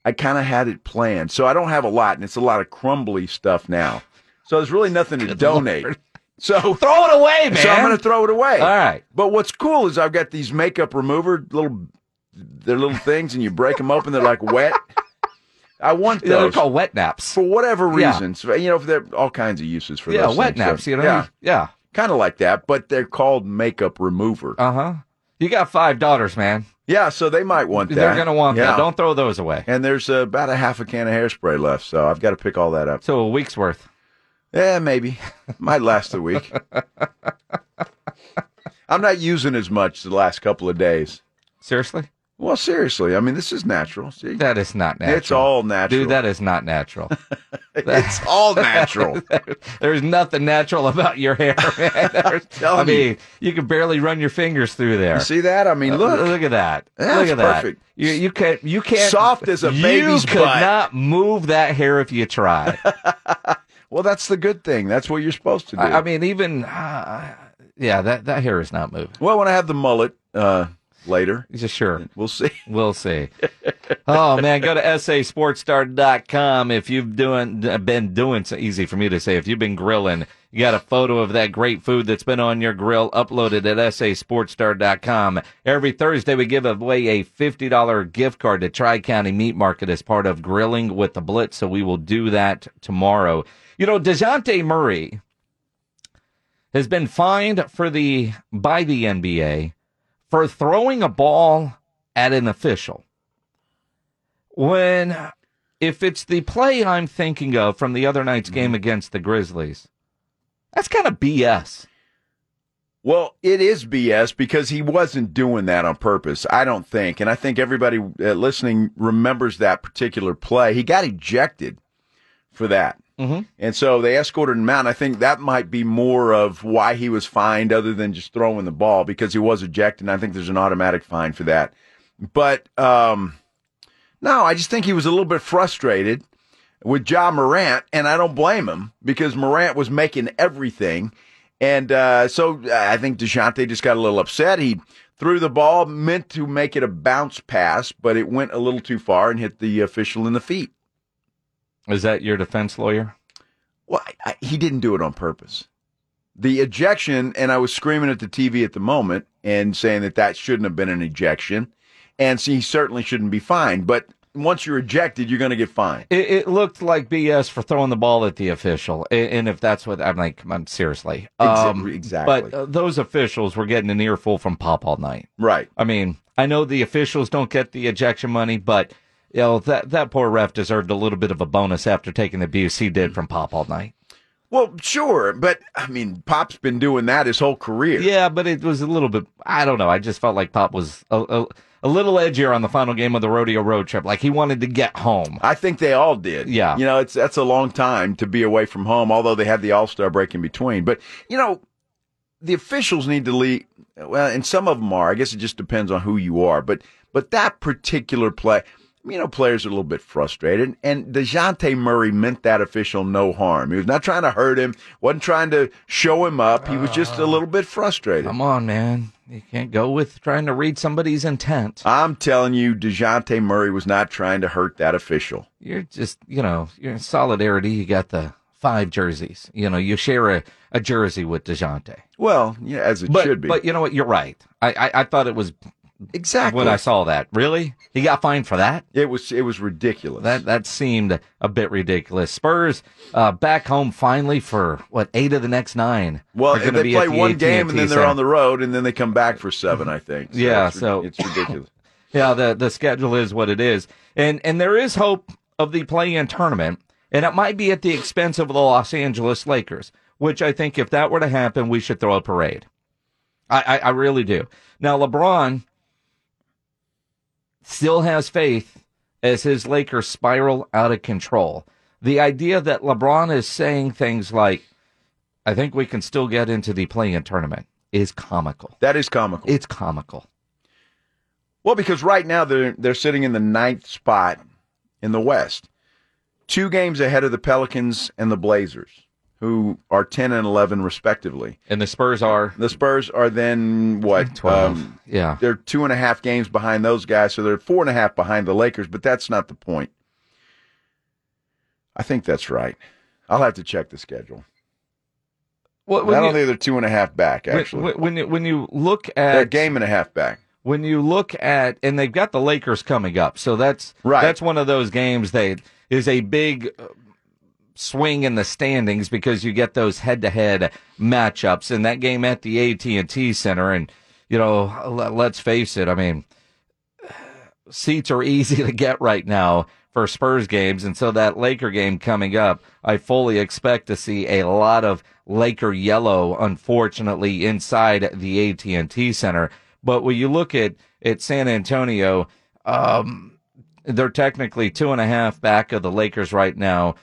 C: I kind of had it planned. So I don't have a lot and it's a lot of crumbly stuff now. So there's really nothing to donate. So
B: throw it away, man.
C: So I'm going to throw it away.
B: All right.
C: But what's cool is I've got these makeup remover little, they're little things and you break them open. They're like wet. I want
B: Yeah, they're
C: those.
B: called wet naps.
C: For whatever
B: Yeah.
C: reasons. You know, there are all kinds of uses for
B: yeah,
C: those
B: wet
C: things, so-
B: naps. You know,
C: yeah.
B: yeah.
C: Kind of like that, but they're called makeup remover.
B: Uh huh. You got five daughters, man.
C: yeah, so they might want that.
B: They're going to want
C: Yeah.
B: that. Don't throw those away.
C: And there's uh, about a half a can of hairspray left, so I've got to pick all that up.
B: So a week's worth.
C: Yeah, maybe. Might last a week. I'm not using as much the last couple of days.
B: Seriously.
C: Well, seriously, I mean, this is natural. See?
B: That is not natural.
C: It's all natural.
B: Dude, that is not natural.
C: it's all natural.
B: There's nothing natural about your hair, man. There's- I
C: telling you.
B: mean, you. can barely run your fingers through there.
C: You see that? I mean,
B: Uh,
C: look.
B: look at that.
C: That's
B: look at that.
C: perfect.
B: You, you can't. You can't.
C: Soft as a
B: you
C: baby's
B: could
C: butt.
B: not move that hair if you tried.
C: Well, that's the good thing. That's what you're supposed to do.
B: I, I mean, even uh, yeah, that that hair is not moving.
C: well, when I have the mullet uh, later,
B: Sure,
C: we'll see.
B: we'll see. oh man, go to sasportstar.com if you've doing been doing so easy for me to say if you've been grilling. You got a photo of that great food that's been on your grill uploaded at sasportstar.com. Every Thursday we give away a $50 gift card to Tri-County Meat Market as part of Grilling with the Blitz, so we will do that tomorrow. You know, DeJounte Murray has been fined for the by the NBA for throwing a ball at an official. When if it's the play I'm thinking of from the other night's game against the Grizzlies, that's kind of BS.
C: Well, it is BS because he wasn't doing that on purpose, I don't think. And I think everybody uh, listening remembers that particular play. He got ejected for that.
B: Mm-hmm.
C: And so they escorted him out. And I think that might be more of why he was fined other than just throwing the ball because he was ejected. And I think there's an automatic fine for that. But um, no, I just think he was a little bit frustrated with Ja Morant. And I don't blame him because Morant was making everything. And uh, so uh, I think DeJounte just got a little upset. He threw the ball, meant to make it a bounce pass, but it went a little too far and hit the official in the feet.
B: Is that your defense lawyer?
C: Well, I, I, he didn't do it on purpose. The ejection, and I was screaming at the TV at the moment and saying that that shouldn't have been an ejection, and so he certainly shouldn't be fined. But once you're ejected, you're going to get fined.
B: It, it looked like BS for throwing the ball at the official, A- and if that's what I'm like, I'm seriously.
C: Exa- exactly.
B: But uh, those officials were getting an earful from Pop all night.
C: Right.
B: I mean, I know the officials don't get the ejection money, but you know that that poor ref deserved a little bit of a bonus after taking the abuse he did from Pop all night.
C: Well, sure, but I mean, Pop's been doing that his whole career.
B: Yeah, but it was a little bit. I don't know. I just felt like Pop was a, a, a little edgier on the final game of the rodeo road trip. Like he wanted to get home.
C: I think they all did.
B: Yeah.
C: You know, it's that's a long time to be away from home, although they had the All Star break in between. But you know, the officials need to lead. Well, and some of them are. I guess it just depends on who you are. But but that particular play, you know, players are a little bit frustrated. And Dejounte Murray meant that official no harm. He was not trying to hurt him. wasn't trying to show him up. He was just a little bit frustrated.
B: Come on, man. You can't go with trying to read somebody's intent.
C: I'm telling you, Dejounte Murray was not trying to hurt that official.
B: You're just, you know, you're in solidarity. You got the five jerseys. You know, you share a, a jersey with Dejounte.
C: Well, yeah, as it
B: but,
C: should be.
B: But you know what? You're right. I, I, I thought it was
C: exactly
B: when I saw that. Really? He got fined for that?
C: It was it was ridiculous.
B: That that seemed a bit ridiculous. Spurs uh, back home finally for what eight of the next nine.
C: well,
B: are gonna
C: and they
B: be at
C: play
B: the
C: one game
B: AT&T
C: and then they're
B: Center.
C: on the road and then they come back for seven, I think.
B: Yeah,
C: it's, rid-
B: so-
C: it's ridiculous.
B: Yeah, the the schedule is what it is, and and there is hope of the play-in tournament, and it might be at the expense of the Los Angeles Lakers, which I think if that were to happen, we should throw a parade. I I, I really do. Now LeBron still has faith as his Lakers spiral out of control. The idea that LeBron is saying things like, "I think we can still get into the play-in tournament," is comical.
C: That is comical.
B: It's comical.
C: Well, because right now they're they're sitting in the ninth spot in the West, two games ahead of the Pelicans and the Blazers, who are ten and eleven respectively.
B: And the Spurs are
C: The Spurs are then what um,
B: 12. yeah.
C: they're two and a half games behind those guys, so they're four and a half behind the Lakers. But that's not the point. I think that's right. I'll have to check the schedule.
B: What,
C: I don't think they're two and a half back.
B: When-
C: Actually,
B: when, when you when you look
C: they're a
B: at
C: game and a half back.
B: when you look at and they've got the Lakers coming up, so that's
C: Right.
B: That's one of those games that is a big uh, swing in the standings because you get those head-to-head matchups and that game at the AT and T Center, and you know, let, let's face it, I mean, seats are easy to get right now for Spurs games. And so that Laker game coming up, I fully expect to see a lot of Laker yellow, unfortunately, inside the AT&T Center. But when you look at at San Antonio, um, they're technically two and a half back of the Lakers right now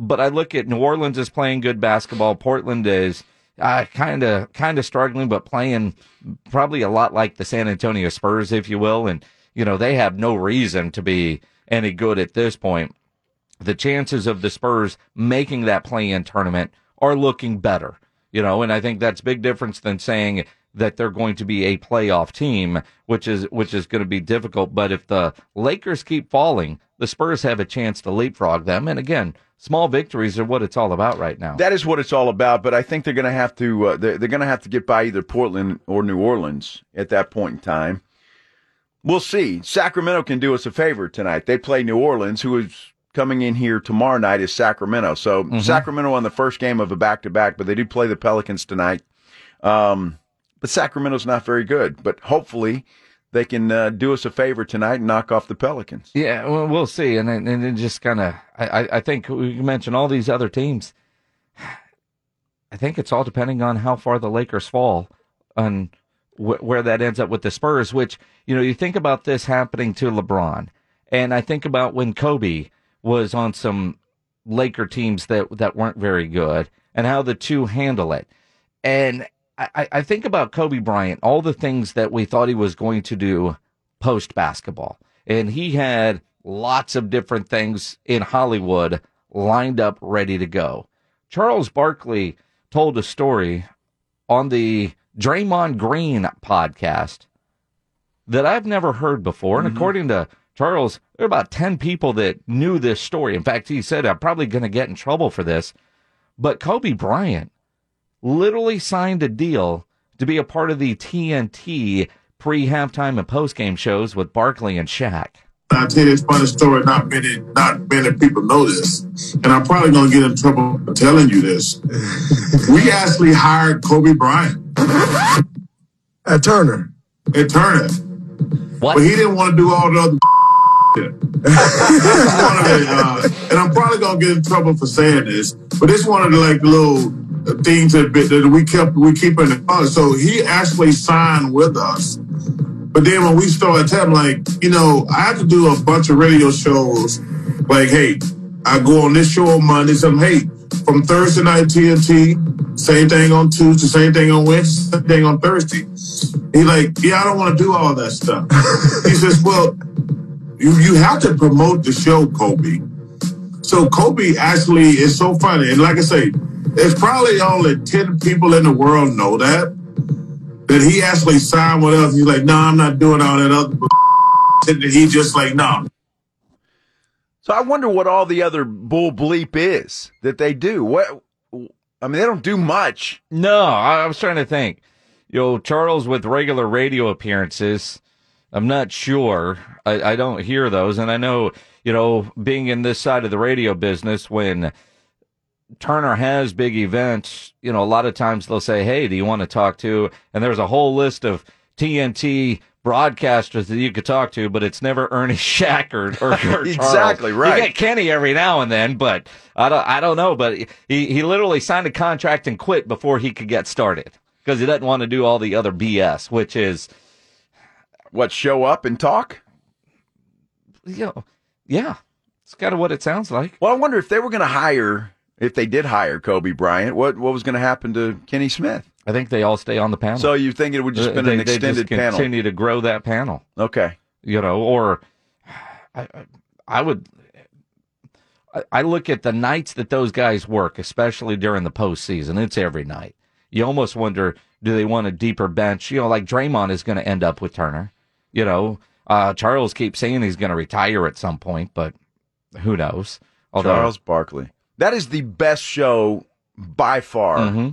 B: but I look at New Orleans is playing good basketball. Portland is kind of kind of struggling, but playing probably a lot like the San Antonio Spurs, if you will. And you know they have no reason to be any good at this point. The chances of the Spurs making that play-in tournament are looking better, you know, and I think that's big difference than saying that they're going to be a playoff team, which is which is going to be difficult. But if the Lakers keep falling, the Spurs have a chance to leapfrog them. And again, small victories are what it's all about right now.
C: That is what it's all about. But I think they're going to have to uh, they're, they're going to have to get by either Portland or New Orleans at that point in time. We'll see. Sacramento can do us a favor tonight. They play New Orleans, who is coming in here tomorrow night is Sacramento. So Sacramento on the first game of a back to back, but they do play the Pelicans tonight. Um, but Sacramento's not very good. But hopefully. They can uh, do us a favor tonight and knock off the Pelicans.
B: Yeah, well, we'll see. And then- and then just kind of, I, I- I think we mentioned all these other teams. I think it's all depending on how far the Lakers fall on wh- where that ends up with the Spurs. Which you know, you think about this happening to LeBron, and I think about when Kobe was on some Laker teams that that weren't very good, and how the two handle it. And I- I, I think about Kobe Bryant, all the things that we thought he was going to do post basketball. And he had lots of different things in Hollywood lined up, ready to go. Charles Barkley told a story on the Draymond Green podcast that I've never heard before. And according to Charles, there are about 10 people that knew this story. In fact, he said, I'm probably going to get in trouble for this. But Kobe Bryant literally signed a deal to be a part of the TNT pre halftime and post game shows with Barkley and Shaq.
K: I tell you this funny story. Not many, not many people know this, and I'm probably gonna get in trouble for telling you this. we actually hired Kobe Bryant at Turner. At Turner.
B: What?
K: But he didn't want to do all the other. shit. It's one of the, uh, and I'm probably gonna get in trouble for saying this, but it's one of the like little things that, that we kept we keep in the closet. So he actually signed with us. But then when we started telling, like, you know, I have to do a bunch of radio shows. Like, hey, I go on this show on Monday. Some hey, from Thursday night TNT, same thing on Tuesday, same thing on Wednesday, same thing on Thursday. He like, yeah, I don't want to do all that stuff. he says, well, you you have to promote the show, Kobe. So Kobe actually is so funny, and like I say, there's probably only ten people in the world know that that he actually signed with us. He's like, no, I'm not doing all that other. bull-" And he just like, no,
C: So I wonder what all the other bull bleep is that they do. What I mean, they don't do much.
B: No, I, I was trying to think. You know, Charles with regular radio appearances. I'm not sure. I, I don't hear those. And I know, you know, being in this side of the radio business, when Turner has big events, you know, a lot of times they'll say, Hey, do you want to talk to? And there's a whole list of TNT broadcasters that you could talk to, but it's never Ernie Shackard or, or Charles.
C: Exactly,
B: You
C: right.
B: get Kenny every now and then, but I don't, I don't know. But he, he literally signed a contract and quit before he could get started because he doesn't want to do all the other BS, which is
C: what show up and talk.
B: You know, yeah, it's kind of what it sounds like.
C: Well, I wonder if they were going to hire, if they did hire Kobe Bryant, what what was going to happen to Kenny Smith?
B: I think they all stay on the panel.
C: So you think it would just
B: Uh,
C: been
B: they-
C: an
B: they just
C: extended panel?
B: Continue to grow that panel.
C: Okay.
B: You know, or I, I- I would. I- I look at the nights that those guys work, especially during the postseason. It's every night. You almost wonder, do they want a deeper bench? You know, like Draymond is going to end up with Turner. You know, uh, Charles keeps saying he's going to retire at some point, but who knows?
C: Charles Barkley. That is the best show by far.
B: Mm-hmm.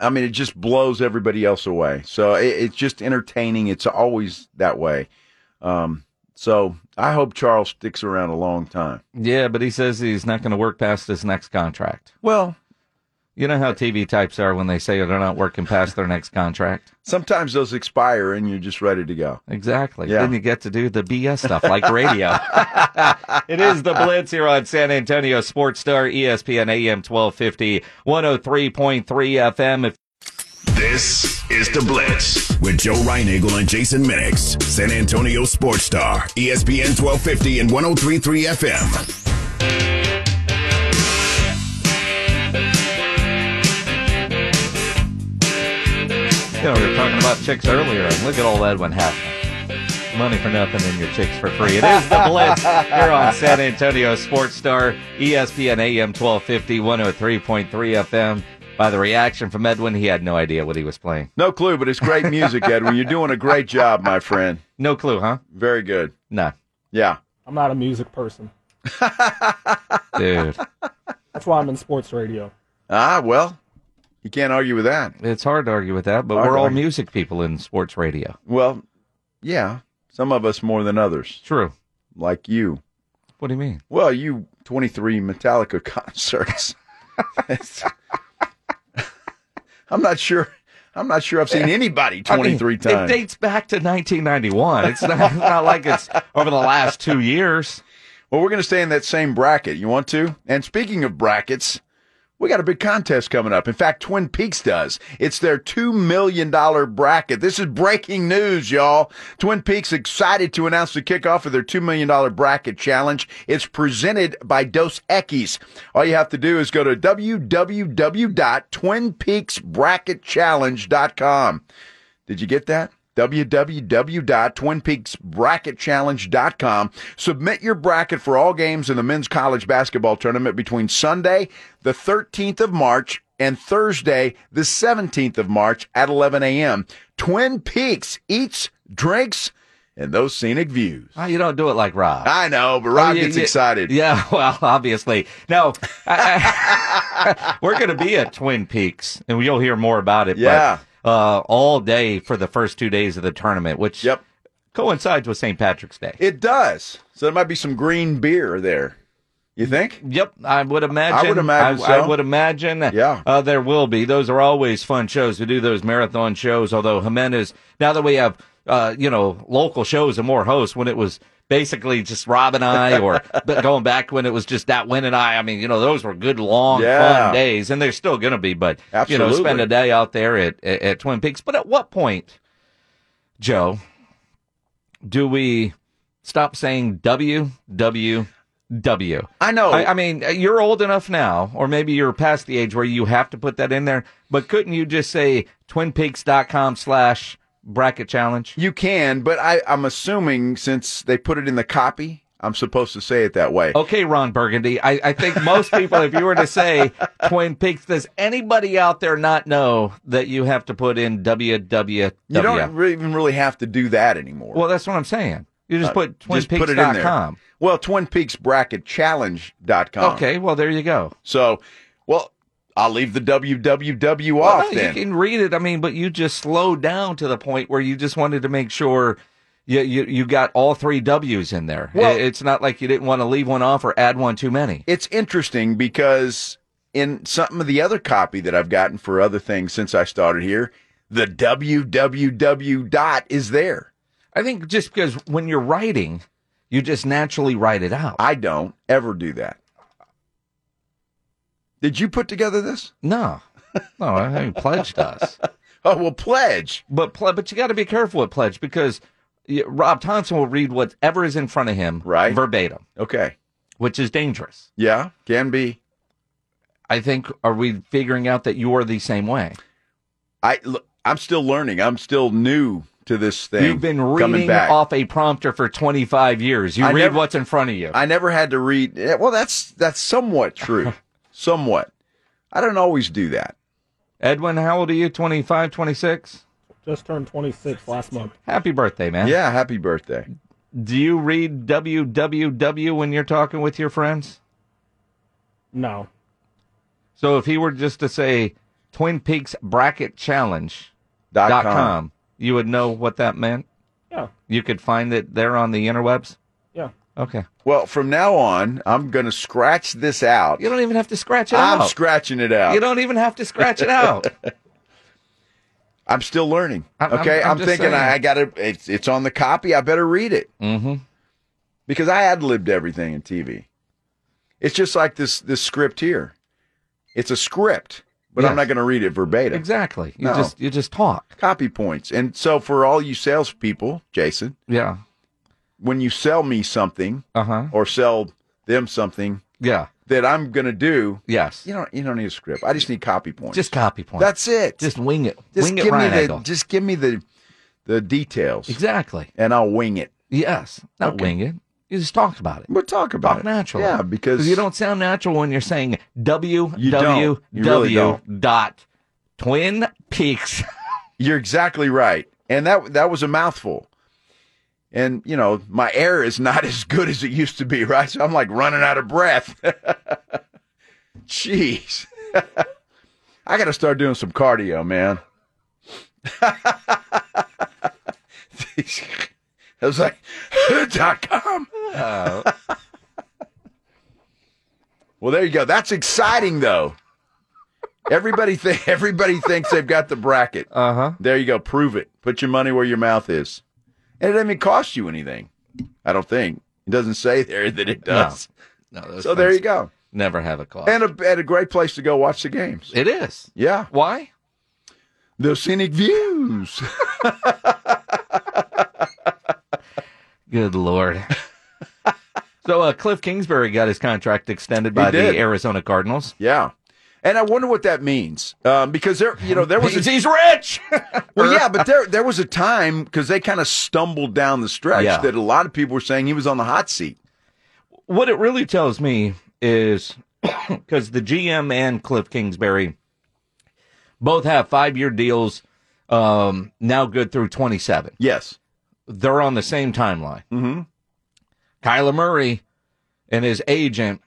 C: I mean, it just blows everybody else away. So it, it's just entertaining. It's always that way. Um, so I hope Charles sticks around a long time.
B: Yeah, but he says he's not going to work past his next contract.
C: Well,
B: you know how TV types are when they say they're not working past their next contract.
C: Sometimes those expire and you're just ready to go.
B: Exactly.
C: Yeah.
B: Then you get to do the BS stuff like radio. it is the Blitz here on San Antonio E oh Sports Star ESPN AM 1250 103.3 FM. If
A: This is The Blitz with Joe Reinagle and Jason Minix, San Antonio Sports Star, E ESPN 1250 and 1033 FM.
B: You know, we were talking about chicks earlier, and look at all that one happening. Money for nothing and your chicks for free. It is the Blitz here on San Antonio Sports Star, E ESPN AM 1250, 103.3 FM. By the reaction from Edwin, he had no idea what he was playing.
C: No clue, but it's great music, Edwin. You're doing a great job, my friend.
B: No clue, huh?
C: Very good.
B: No.
C: Yeah.
D: I'm not a music person.
B: Dude.
D: That's why I'm in sports radio.
C: Ah, well, you can't argue with that.
B: It's hard to argue with that, but
C: Hard
B: we're
C: to
B: all
C: argue.
B: music people in sports radio.
C: Well, yeah. Some of us more than others.
B: True.
C: Like you.
B: What do you mean?
C: Well, you 23 Metallica concerts. It's- I'm not sure. I'm not sure I've seen anybody
B: I mean,
C: 23
B: It
C: times.
B: dates back to 1991. It's not, it's not like it's over the last two years.
C: Well, we're going to stay in that same bracket. You want to? And speaking of brackets, we got a big contest coming up. In fact, Twin Peaks does. It's their $2 million bracket. This is breaking news, y'all. Twin Peaks excited to announce the kickoff of their $2 million bracket challenge. It's presented by Dos Equis. All you have to do is go to www.twinpeaksbracketchallenge.com. Did you get that? www.twinpeaksbracketchallenge.com. Submit your bracket for all games in the men's college basketball tournament between Sunday, the 13th of March, and Thursday, the 17th of March at 11 a.m. Twin Peaks eats, drinks, and those scenic views.
B: Oh, you don't do it like Rob.
C: I know, but Rob
B: Oh, yeah,
C: gets
B: yeah.
C: excited.
B: Yeah, well, obviously. No, I- I- we're going to be at Twin Peaks, and you'll hear more about it.
C: Yeah.
B: But, uh, all day for the first two days of the tournament, which yep. coincides with St. Patrick's Day.
C: It does. So there might be some green beer there. You think?
B: Yep, I would imagine.
C: I would imagine.
B: I,
C: so.
B: I would imagine.
C: Yeah.
B: uh, there will be. Those are always fun shows. We do those marathon shows. Although Jimenez, now that we have, uh, you know, local shows and more hosts, when it was basically just Rob and I, or but going back when it was just that Win and I. I mean, you know, those were good, long,
C: Yeah.
B: fun days, and they're still going to be. But you know,
C: Absolutely.
B: spend a day out there at, at at Twin Peaks. But at what point, Joe, do we stop saying W W W?
C: I know.
B: I, I mean, you're old enough now, or maybe you're past the age where you have to put that in there. But couldn't you just say twinpeaks.com slash bracket challenge?
C: You can, but I, I'm assuming since they put it in the copy, I'm supposed to say it that way.
B: Okay, Ron Burgundy. I, I think most people, if you were to say Twin Peaks, does anybody out there not know that you have to put in WW?
C: You don't re- even really have to do that anymore.
B: Well, that's what I'm saying. You just
C: Uh,
B: put
C: just put it in there.
B: twinpeaks.com.
C: Well, twinpeaksbracketchallenge.com.
B: Okay, well, there you go.
C: So, well, I'll leave the www
B: Well,
C: off
B: no,
C: then.
B: You can read it. I mean, but you just slowed down to the point where you just wanted to make sure you you, you got all three W's in there.
C: Well-
B: It- it's not like you didn't want to leave one off or add one too many.
C: It's interesting because in some of the other copy that I've gotten for other things since I started here, the www dot is there.
B: I think just because when you're writing, you just naturally write it out.
C: I don't ever do that. Did you put together this?
B: No, no, I haven't pledged us.
C: Oh well, pledge.
B: But ple- but you got to be careful with pledge because y Rob Thompson will read whatever is in front of him, right, verbatim.
C: Okay,
B: which is dangerous.
C: Yeah, can be.
B: I think are we figuring out that you are the same way?
C: I look, I'm still learning. I'm still new to this thing.
B: You've been
C: coming
B: reading
C: back.
B: off a prompter for 25 years. You
C: I
B: read
C: never-
B: what's in front of you.
C: I never had to read. eh, Well, that's that's somewhat true. somewhat. I don't always do that.
B: Edwin, how old are you? 25, 26?
D: Just turned 26 last month.
B: Happy birthday, man.
C: Yeah, happy birthday.
B: Do you read WWW when you're talking with your friends?
D: No.
B: So if he were just to say Twin Peaks Bracket Challenge dot com, you would know what that meant?
D: Yeah.
B: You could find it there on the interwebs?
D: Yeah.
B: Okay.
C: Well, from now on, I'm going to scratch this out.
B: You don't even have to scratch it
C: I'm
B: out.
C: scratching it out.
B: You don't even have to scratch it out.
C: I'm still learning.
B: I'm- I'm-
C: okay,
B: I'm
C: I'm,
B: just
C: thinking
B: saying.
C: I, I got to. It's, it's on the copy. I better read it
B: mm-hmm.
C: because I ad libbed everything in TV. It's just like this this script here. It's a script, but I'm not going to read it verbatim.
B: Exactly. You
C: No.
B: just you just talk.
C: Copy points. And so for all you salespeople, Jason,
B: Yeah.
C: when you sell me something
B: Uh-huh.
C: or sell them something
B: Yeah.
C: that I'm going to do,
B: Yes.
C: you don't you don't need a script. I just need copy points.
B: Just copy points.
C: That's it.
B: Just wing it.
C: Just
B: wing
C: give
B: it right
C: me the just give me the the details.
B: Exactly.
C: And I'll wing it.
B: Yes. Not
C: Okay.
B: wing it. You just talk about it.
C: We'll talk about
B: talk
C: it.
B: naturally.
C: Yeah, because
B: you don't sound natural when you're saying W W
C: You don't. You really
B: W
C: don't.
B: dot Twin Peaks.
C: You're exactly right. And that that was a mouthful. And you know, my air is not as good as it used to be, right? So I'm like running out of breath. Jeez. I got to start doing some cardio, man. I was like, dot com. well, there you go. That's exciting, though. Everybody, th- everybody thinks they've got the bracket.
B: Uh huh.
C: There you go. Prove it. Put your money where your mouth is. And it doesn't even cost you anything. I don't think. It doesn't say there that it
B: No.
C: does.
B: No, those
C: so there
B: things
C: you go.
B: Never have a cost.
C: And a, and a great place to go watch the games.
B: it is.
C: Yeah.
B: Why?
C: The scenic views.
B: Good lord. so uh, Cliff Kingsbury got his contract extended by the
C: did.
B: Arizona Cardinals.
C: yeah. And I wonder what that means. Um, because there, you know, there was
B: He's, he's rich.
C: Well, yeah, but there there was a time because they kind of stumbled down the stretch
B: Yeah.
C: that a lot of people were saying he was on the hot seat.
B: what it really tells me is because the GM and Cliff Kingsbury both have five year deals, um, now good through 27.
C: Yes.
B: They're on the same timeline.
C: Mm-hmm.
B: Kyler Murray and his agent,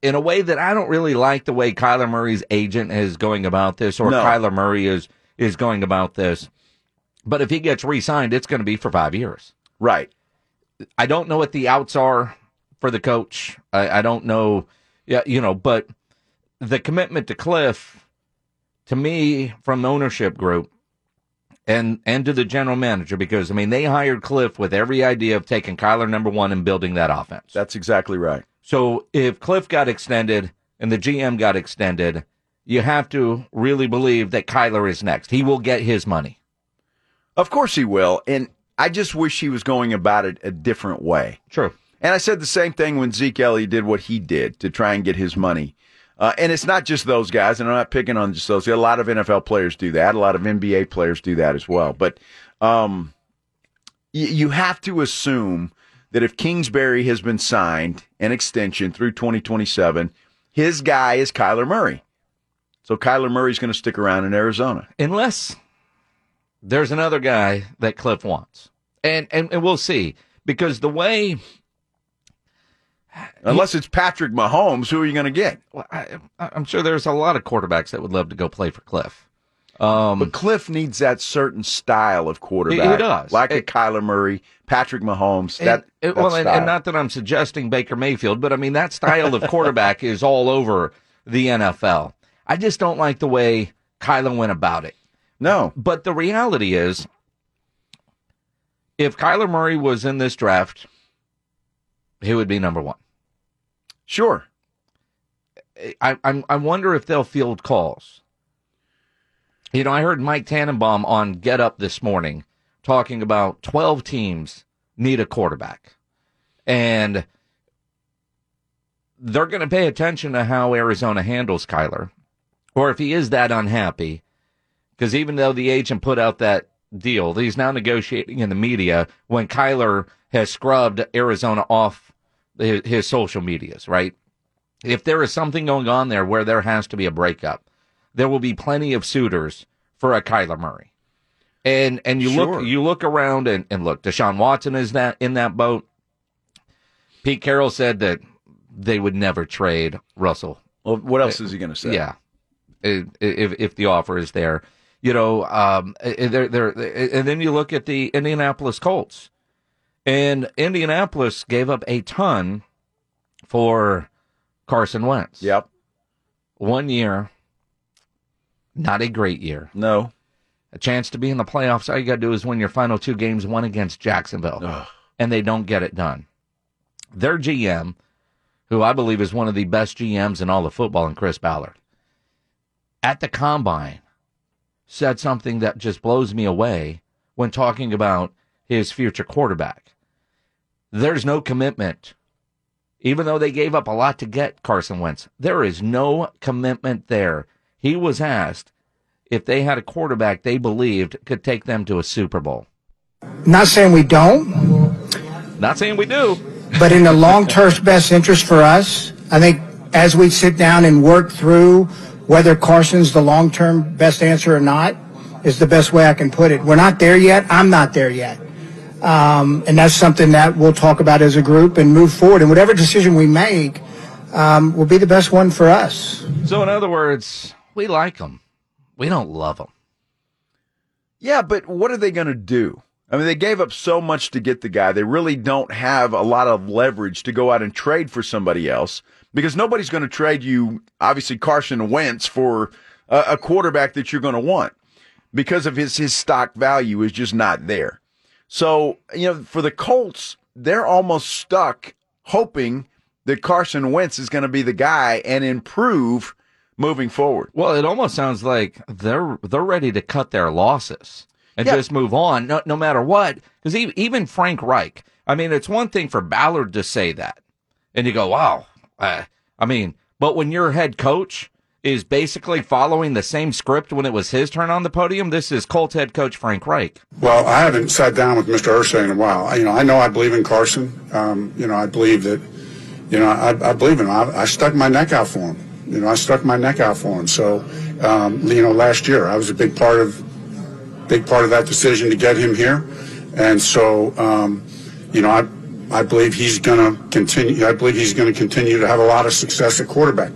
B: in a way that I don't really like the way Kyler Murray's agent is going about this, or
C: No.
B: Kyler Murray is is going about this. But if he gets re signed, it's going to be for five years.
C: Right.
B: I don't know what the outs are for the coach. I, I don't know. Yeah, you know, but the commitment to Cliff, to me, from the ownership group, and and to the general manager, because I mean they hired Cliff with every idea of taking Kyler number one and building that offense.
C: That's exactly right.
B: So if Cliff got extended and the GM got extended, you have to really believe that Kyler is next. He will get his money.
C: Of course he will. And I just wish he was going about it a different way.
B: True.
C: And I said the same thing when Zeke Elliott did what he did to try and get his money. Uh, and it's not just those guys, and I'm not picking on just those. A lot of NFL players do that. A lot of NBA players do that as well. But um, you, you have to assume that if Kingsbury has been signed an extension through 2027, his guy is Kyler Murray. So Kyler Murray's going to stick around in Arizona.
B: unless there's another guy that Cliff wants. And and, and we'll see. Because the way
C: Unless it's Patrick Mahomes, who are you going to get?
B: well, I, I- I'm sure there's a lot of quarterbacks that would love to go play for Cliff. Um,
C: But Cliff needs that certain style of quarterback.
B: He- he does.
C: Like
B: It-
C: a Kyler Murray, Patrick Mahomes.
B: and-
C: that,
B: and-
C: that
B: well, and,
C: style.
B: and not that I'm suggesting Baker Mayfield, but I mean that style of quarterback is all over the NFL. I just don't like the way Kyler went about it.
C: No.
B: But the reality is, if Kyler Murray was in this draft, he would be number one.
C: Sure.
B: I, I'm, I wonder if they'll field calls. You know, I heard Mike Tannenbaum on Get Up this morning talking about 12 teams need a quarterback. And they're going to pay attention to how Arizona handles Kyler or if he is that unhappy. Because even though the agent put out that deal, he's now negotiating in the media when Kyler has scrubbed Arizona off his, his social medias, right? if there is something going on there where there has to be a breakup, there will be plenty of suitors for a Kyler Murray. And and you
C: Sure.
B: look you look around and, and look, Deshaun Watson is that in that boat. Pete Carroll said that they would never trade Russell.
C: Well, what else is he going to say?
B: Yeah, I- if if the offer is there, you know, um, there there, and then you look at the Indianapolis Colts, and Indianapolis gave up a ton for Carson Wentz.
C: Yep.
B: One year, not a great year.
C: No.
B: A chance to be in the playoffs. All you got to do is win your final two games, one against Jacksonville, and they don't get it done. Their GM, who I believe is one of the best GMs in all of football, and Chris Ballard, at the combine said something that just blows me away when talking about his future quarterback. There's no commitment. Even though they gave up a lot to get Carson Wentz, there is no commitment there. He was asked if they had a quarterback they believed could take them to a Super Bowl.
L: Not saying we don't,
B: Not saying we do.
L: but in the long term best interest for us, I think as we sit down and work through whether Carson's the long term best answer or not, is the best way I can put it. We're not there yet. I'm not there yet. Um, and that's something that we'll talk about as a group and move forward. And whatever decision we make um, will be the best one for us.
B: So, in other words, we like him. We don't love him.
C: Yeah, but what are they going to do? I mean, they gave up so much to get the guy. They really don't have a lot of leverage to go out and trade for somebody else because nobody's going to trade you, obviously, Carson Wentz for a, a quarterback that you're going to want because of his, his stock value is just not there. So, you know, for the Colts, they're almost stuck hoping that Carson Wentz is going to be the guy and improve moving forward.
B: Well, it almost sounds like they're they're ready to cut their losses and
C: Yeah.
B: just move on, no, no matter what. Because even Frank Reich, I mean, it's one thing for Ballard to say that, and you go, "Wow," uh, I mean, but when your head coach is basically following the same script when it was his turn on the podium, this is Colts head coach Frank Reich.
M: Well, I haven't sat down with Mr. Ursay in a while. I- You know, I know I believe in Carson. Um, you know, I believe that, you know, I, I believe in him. I, I stuck my neck out for him. You know, I stuck my neck out for him. So, um, you know, last year I was a big part of, big part of that decision to get him here, and so, um, you know, I, I believe he's going to continue. I believe he's going to continue to have a lot of success at quarterback.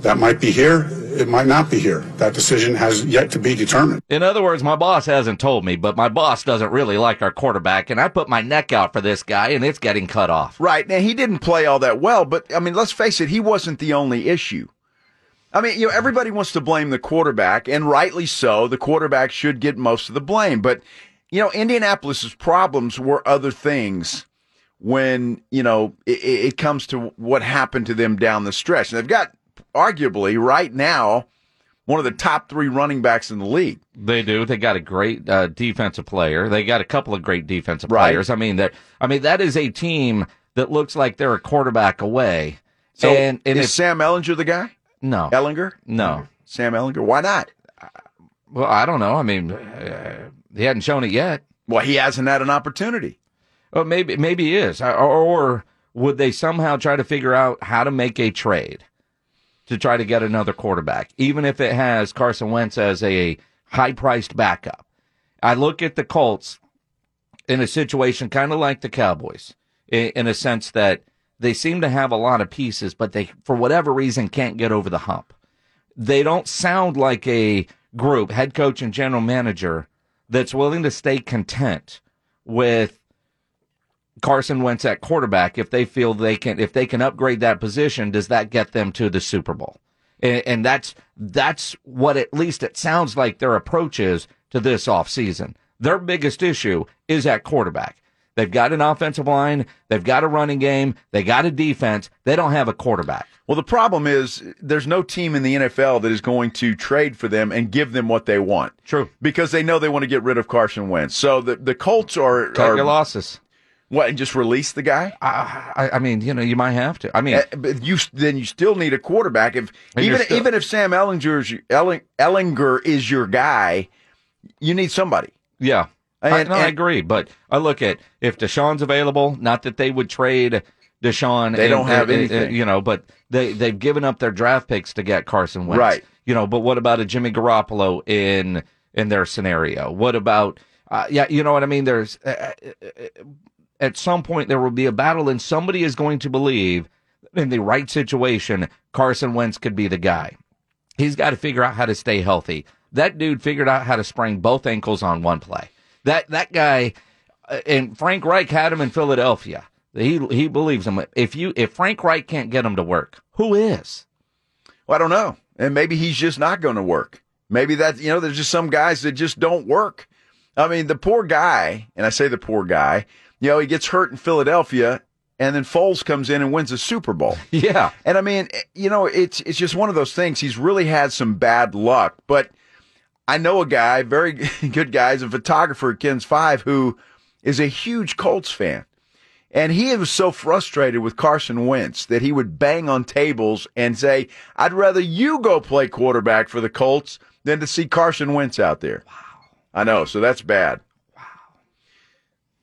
M: That might be here. It might not be here. That decision has yet to be determined.
B: In other words, my boss hasn't told me, but my boss doesn't really like our quarterback, and I put my neck out for this guy, and it's getting cut off.
C: Right. Now, he didn't play all that well, but I mean, let's face it, he wasn't the only issue. I mean, you know, everybody wants to blame the quarterback, and rightly so. The quarterback should get most of the blame. But, you know, Indianapolis's problems were other things when, you know, it, it comes to what happened to them down the stretch. And they've got, arguably, right now, one of the top three running backs in the league.
B: They do. They got a great uh, defensive player. They got a couple of great defensive players. I mean that. I mean that is a team that looks like they're a quarterback away.
C: So
B: and and
C: is
B: if-
C: Sam Ellinger the guy?
B: No.
C: Ellinger?
B: No.
C: Sam Ellinger. Why not?
B: Well, I don't know. I mean, uh, he hadn't shown it yet.
C: Well, he hasn't had an opportunity.
B: Well, Oh, maybe maybe he is. Uh, Or, or would they somehow try to figure out how to make a trade to try to get another quarterback, even if it has Carson Wentz as a high-priced backup? I look at the Colts in a situation kind of like the Cowboys, in, in a sense that they seem to have a lot of pieces, but they, for whatever reason, can't get over the hump. They don't sound like a group, head coach and general manager, that's willing to stay content with Carson Wentz at quarterback if they feel they can if they can upgrade that position does that get them to the Super Bowl and, and that's that's what at least it sounds like their approach is to this offseason their biggest issue is at quarterback they've got an offensive line they've got a running game they got a defense they don't have a quarterback
C: Well, the problem is there's no team in the NFL that is going to trade for them and give them what they want.
B: True.
C: Because they know they want to get rid of Carson Wentz. So the, the Colts are.
B: Cut
C: are-
B: your losses.
C: What, and just release the guy?
B: I, I mean you know you might have to I mean
C: Uh, but you then you still need a quarterback. If
B: And you're
C: even
B: still-
C: even if Sam Ellinger is, Elling, Ellinger is your guy, you need somebody.
B: Yeah. I,
C: And-
B: no, I
C: and-
B: agree, but I look at if Deshaun's available, not that they would trade Deshaun.
C: They don't have anything.
B: you know, but they, they've given up their draft picks to get Carson Wentz.
C: Right.
B: You know, but what about a Jimmy Garoppolo in in their scenario? What about, uh, yeah, you know what I mean? There's, uh, uh, uh, at some point, there will be a battle, and somebody is going to believe in the right situation, Carson Wentz could be the guy. He's got to figure out how to stay healthy. That dude figured out how to sprain both ankles on one play. That that guy uh, and Frank Reich had him in Philadelphia. He he believes him. If you if Frank Reich can't get him to work, who is?
C: Well, I don't know. And maybe he's just not going to work. Maybe that, you know, there's just some guys that just don't work. I mean, the poor guy, and I say the poor guy, you know, he gets hurt in Philadelphia and then Foles comes in and wins the Super Bowl.
B: Yeah.
C: And I mean, eh, you know, it's it's just one of those things. He's really had some bad luck, but I know a guy, very good guy, is a photographer at Ken's Five who is a huge Colts fan. And he was so frustrated with Carson Wentz that he would bang on tables and say, I'd rather you go play quarterback for the Colts than to see Carson Wentz out there. Wow. I know. So that's bad. Wow.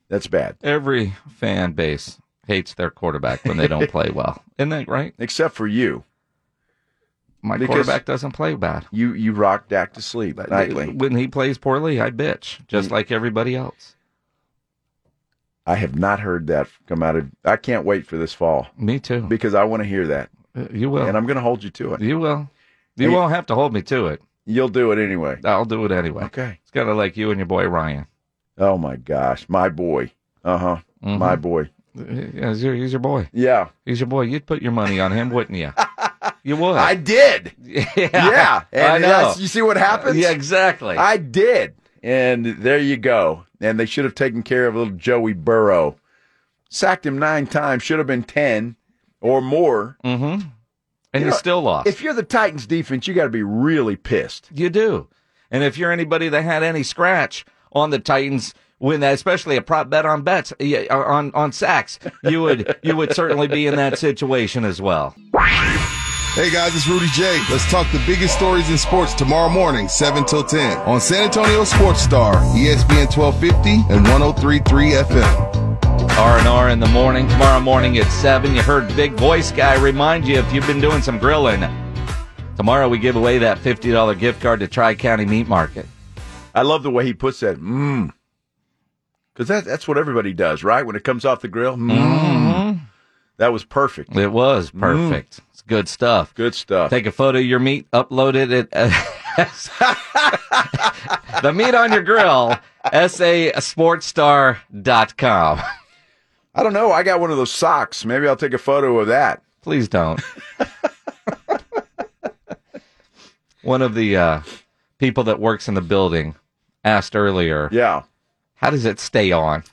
C: That's bad.
B: Every fan base hates their quarterback when they don't play well. Isn't that right?
C: Except for you.
B: My
C: Because-
B: quarterback doesn't play bad.
C: You you rock Dak to sleep nightly. Mm.
B: When he plays poorly, I bitch, just like everybody else.
C: I have not heard that come out of. I can't wait for this fall.
B: Me too. Uh,
C: Because I want to hear that.
B: You will.
C: And I'm going to hold you to it.
B: You will. You
C: Hey-
B: won't have to hold me to it.
C: You'll do it anyway.
B: I'll do it anyway.
C: Okay.
B: It's kind of like you and your boy Ryan.
C: Oh my gosh, my boy. Uh huh.
B: Mm-hmm.
C: My boy.
B: Uh, Yeah, He's your, he's your boy.
C: Yeah.
B: He's your boy. You'd put your money on him, wouldn't you? You would.
C: I did.
B: Yeah.
C: Yeah. And
B: I know.
C: that's- you see what happens?
B: Yeah, exactly.
C: I did. And there you go. And they should have taken care of little Joey Burrow. Sacked him nine times, should have been 10 or more.
B: Mm hmm. And you still lost.
C: If you're the Titans defense, you got to be really pissed.
B: You do. And if you're anybody that had any scratch on the Titans, when that, especially a prop bet on bets yeah, uh, on on sacks, you would you would certainly be in that situation as well.
H: Hey guys, it's Rudy J. Let's talk the biggest stories in sports tomorrow morning, 7 till 10 on San Antonio Sports Star, E ESPN 1250 and 1033 FM.
B: R&R in the morning. Tomorrow morning at 7, you heard Big Voice Guy remind you if you've been doing some grilling. Tomorrow we give away that $50 gift card to Tri-County Meat Market.
C: I love the way he puts that. Mmm. Because that, that's what everybody does, right? When it comes off the grill. Mmm. That was perfect.
B: It was
C: Mm.
B: perfect. It's good stuff.
C: Good stuff.
B: Take a photo of your meat, upload it at uh, the meat on your grill, sasportstar.com.
C: I don't know. I got one of those socks. Maybe I'll take a photo of that.
B: Please don't. One of the uh, people that works in the building asked earlier,
C: Yeah.
B: how does it stay on?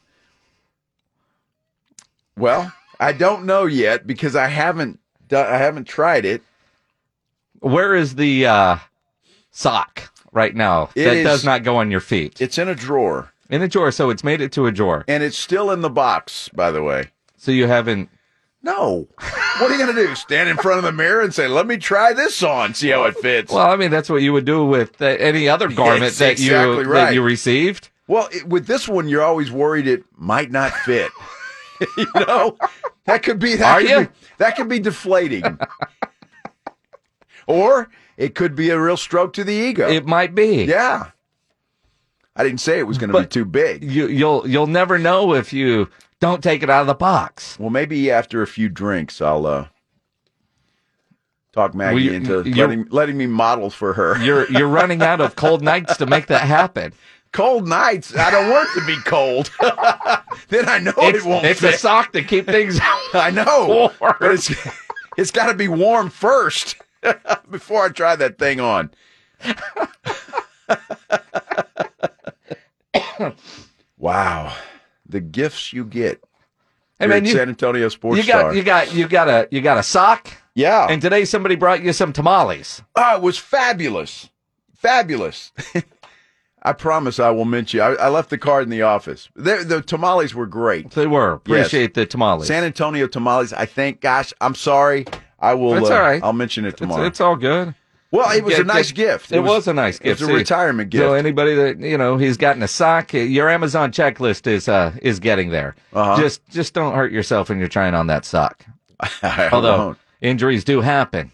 C: Well, I don't know yet because I haven't done, I haven't tried it.
B: Where is the uh, sock right now
C: It
B: that
C: is-
B: does not go on your feet?
C: It's in a drawer.
B: In a drawer, so it's made it to a drawer.
C: And it's still in the box, by the way.
B: So you haven't.
C: No. What are you going to do? Stand in front of the mirror and say, "Let me try this on, see how it fits."
B: Well, I mean, that's what you would do with uh, any other garment
C: Yes,
B: that you
C: exactly
B: that
C: right.
B: you received.
C: Well, it, with this one, you're always worried it might not fit. you know, that could be that.
B: Are
C: could
B: you?
C: Be, that could be deflating, or it could be a real stroke to the ego.
B: It might be.
C: Uh, Yeah, I didn't say it was going to be
B: But-
C: too big.
B: You, you'll you'll never know if you don't take it out of the box.
C: Well, maybe after a few drinks, I'll uh, talk Maggie
B: Well, you-
C: into
B: you-
C: letting, letting me model for her.
B: You're you're running out of cold nights to make that happen.
C: cold nights. I don't want it to be cold. then I know
B: It's,
C: it won't.
B: it's
C: fit.
B: a sock to keep things.
C: I know.
B: Warm.
C: But it's it's got to be warm first before I try that thing on. wow. The gifts you get.
B: Hey,
C: Here
B: man,
C: at
B: you-
C: San Antonio Sports
B: you got
C: Star.
B: you got you got a you got a sock.
C: yeah.
B: And today somebody brought you some tamales.
C: Oh, it was fabulous. Fabulous. I promise I will mention you. I, I left the card in the office. The, the tamales were great.
B: They were.
C: Yes.
B: Appreciate the tamales.
C: San Antonio tamales, I think. Gosh, I'm sorry. I will.
B: It's
C: uh,
B: all right.
C: I'll mention it
B: it's,
C: tomorrow.
B: it's all good.
C: well, it was
B: Yeah,
C: a nice gift.
B: It, was, a nice gift.
C: It was
B: See,
C: a retirement gift.
B: So anybody that you know, he's gotten a sock. Your Amazon checklist is uh is getting there.
C: Uh-huh.
B: Just just don't hurt yourself when you're trying on that sock.
C: I
B: Although
C: won't.
B: injuries do happen.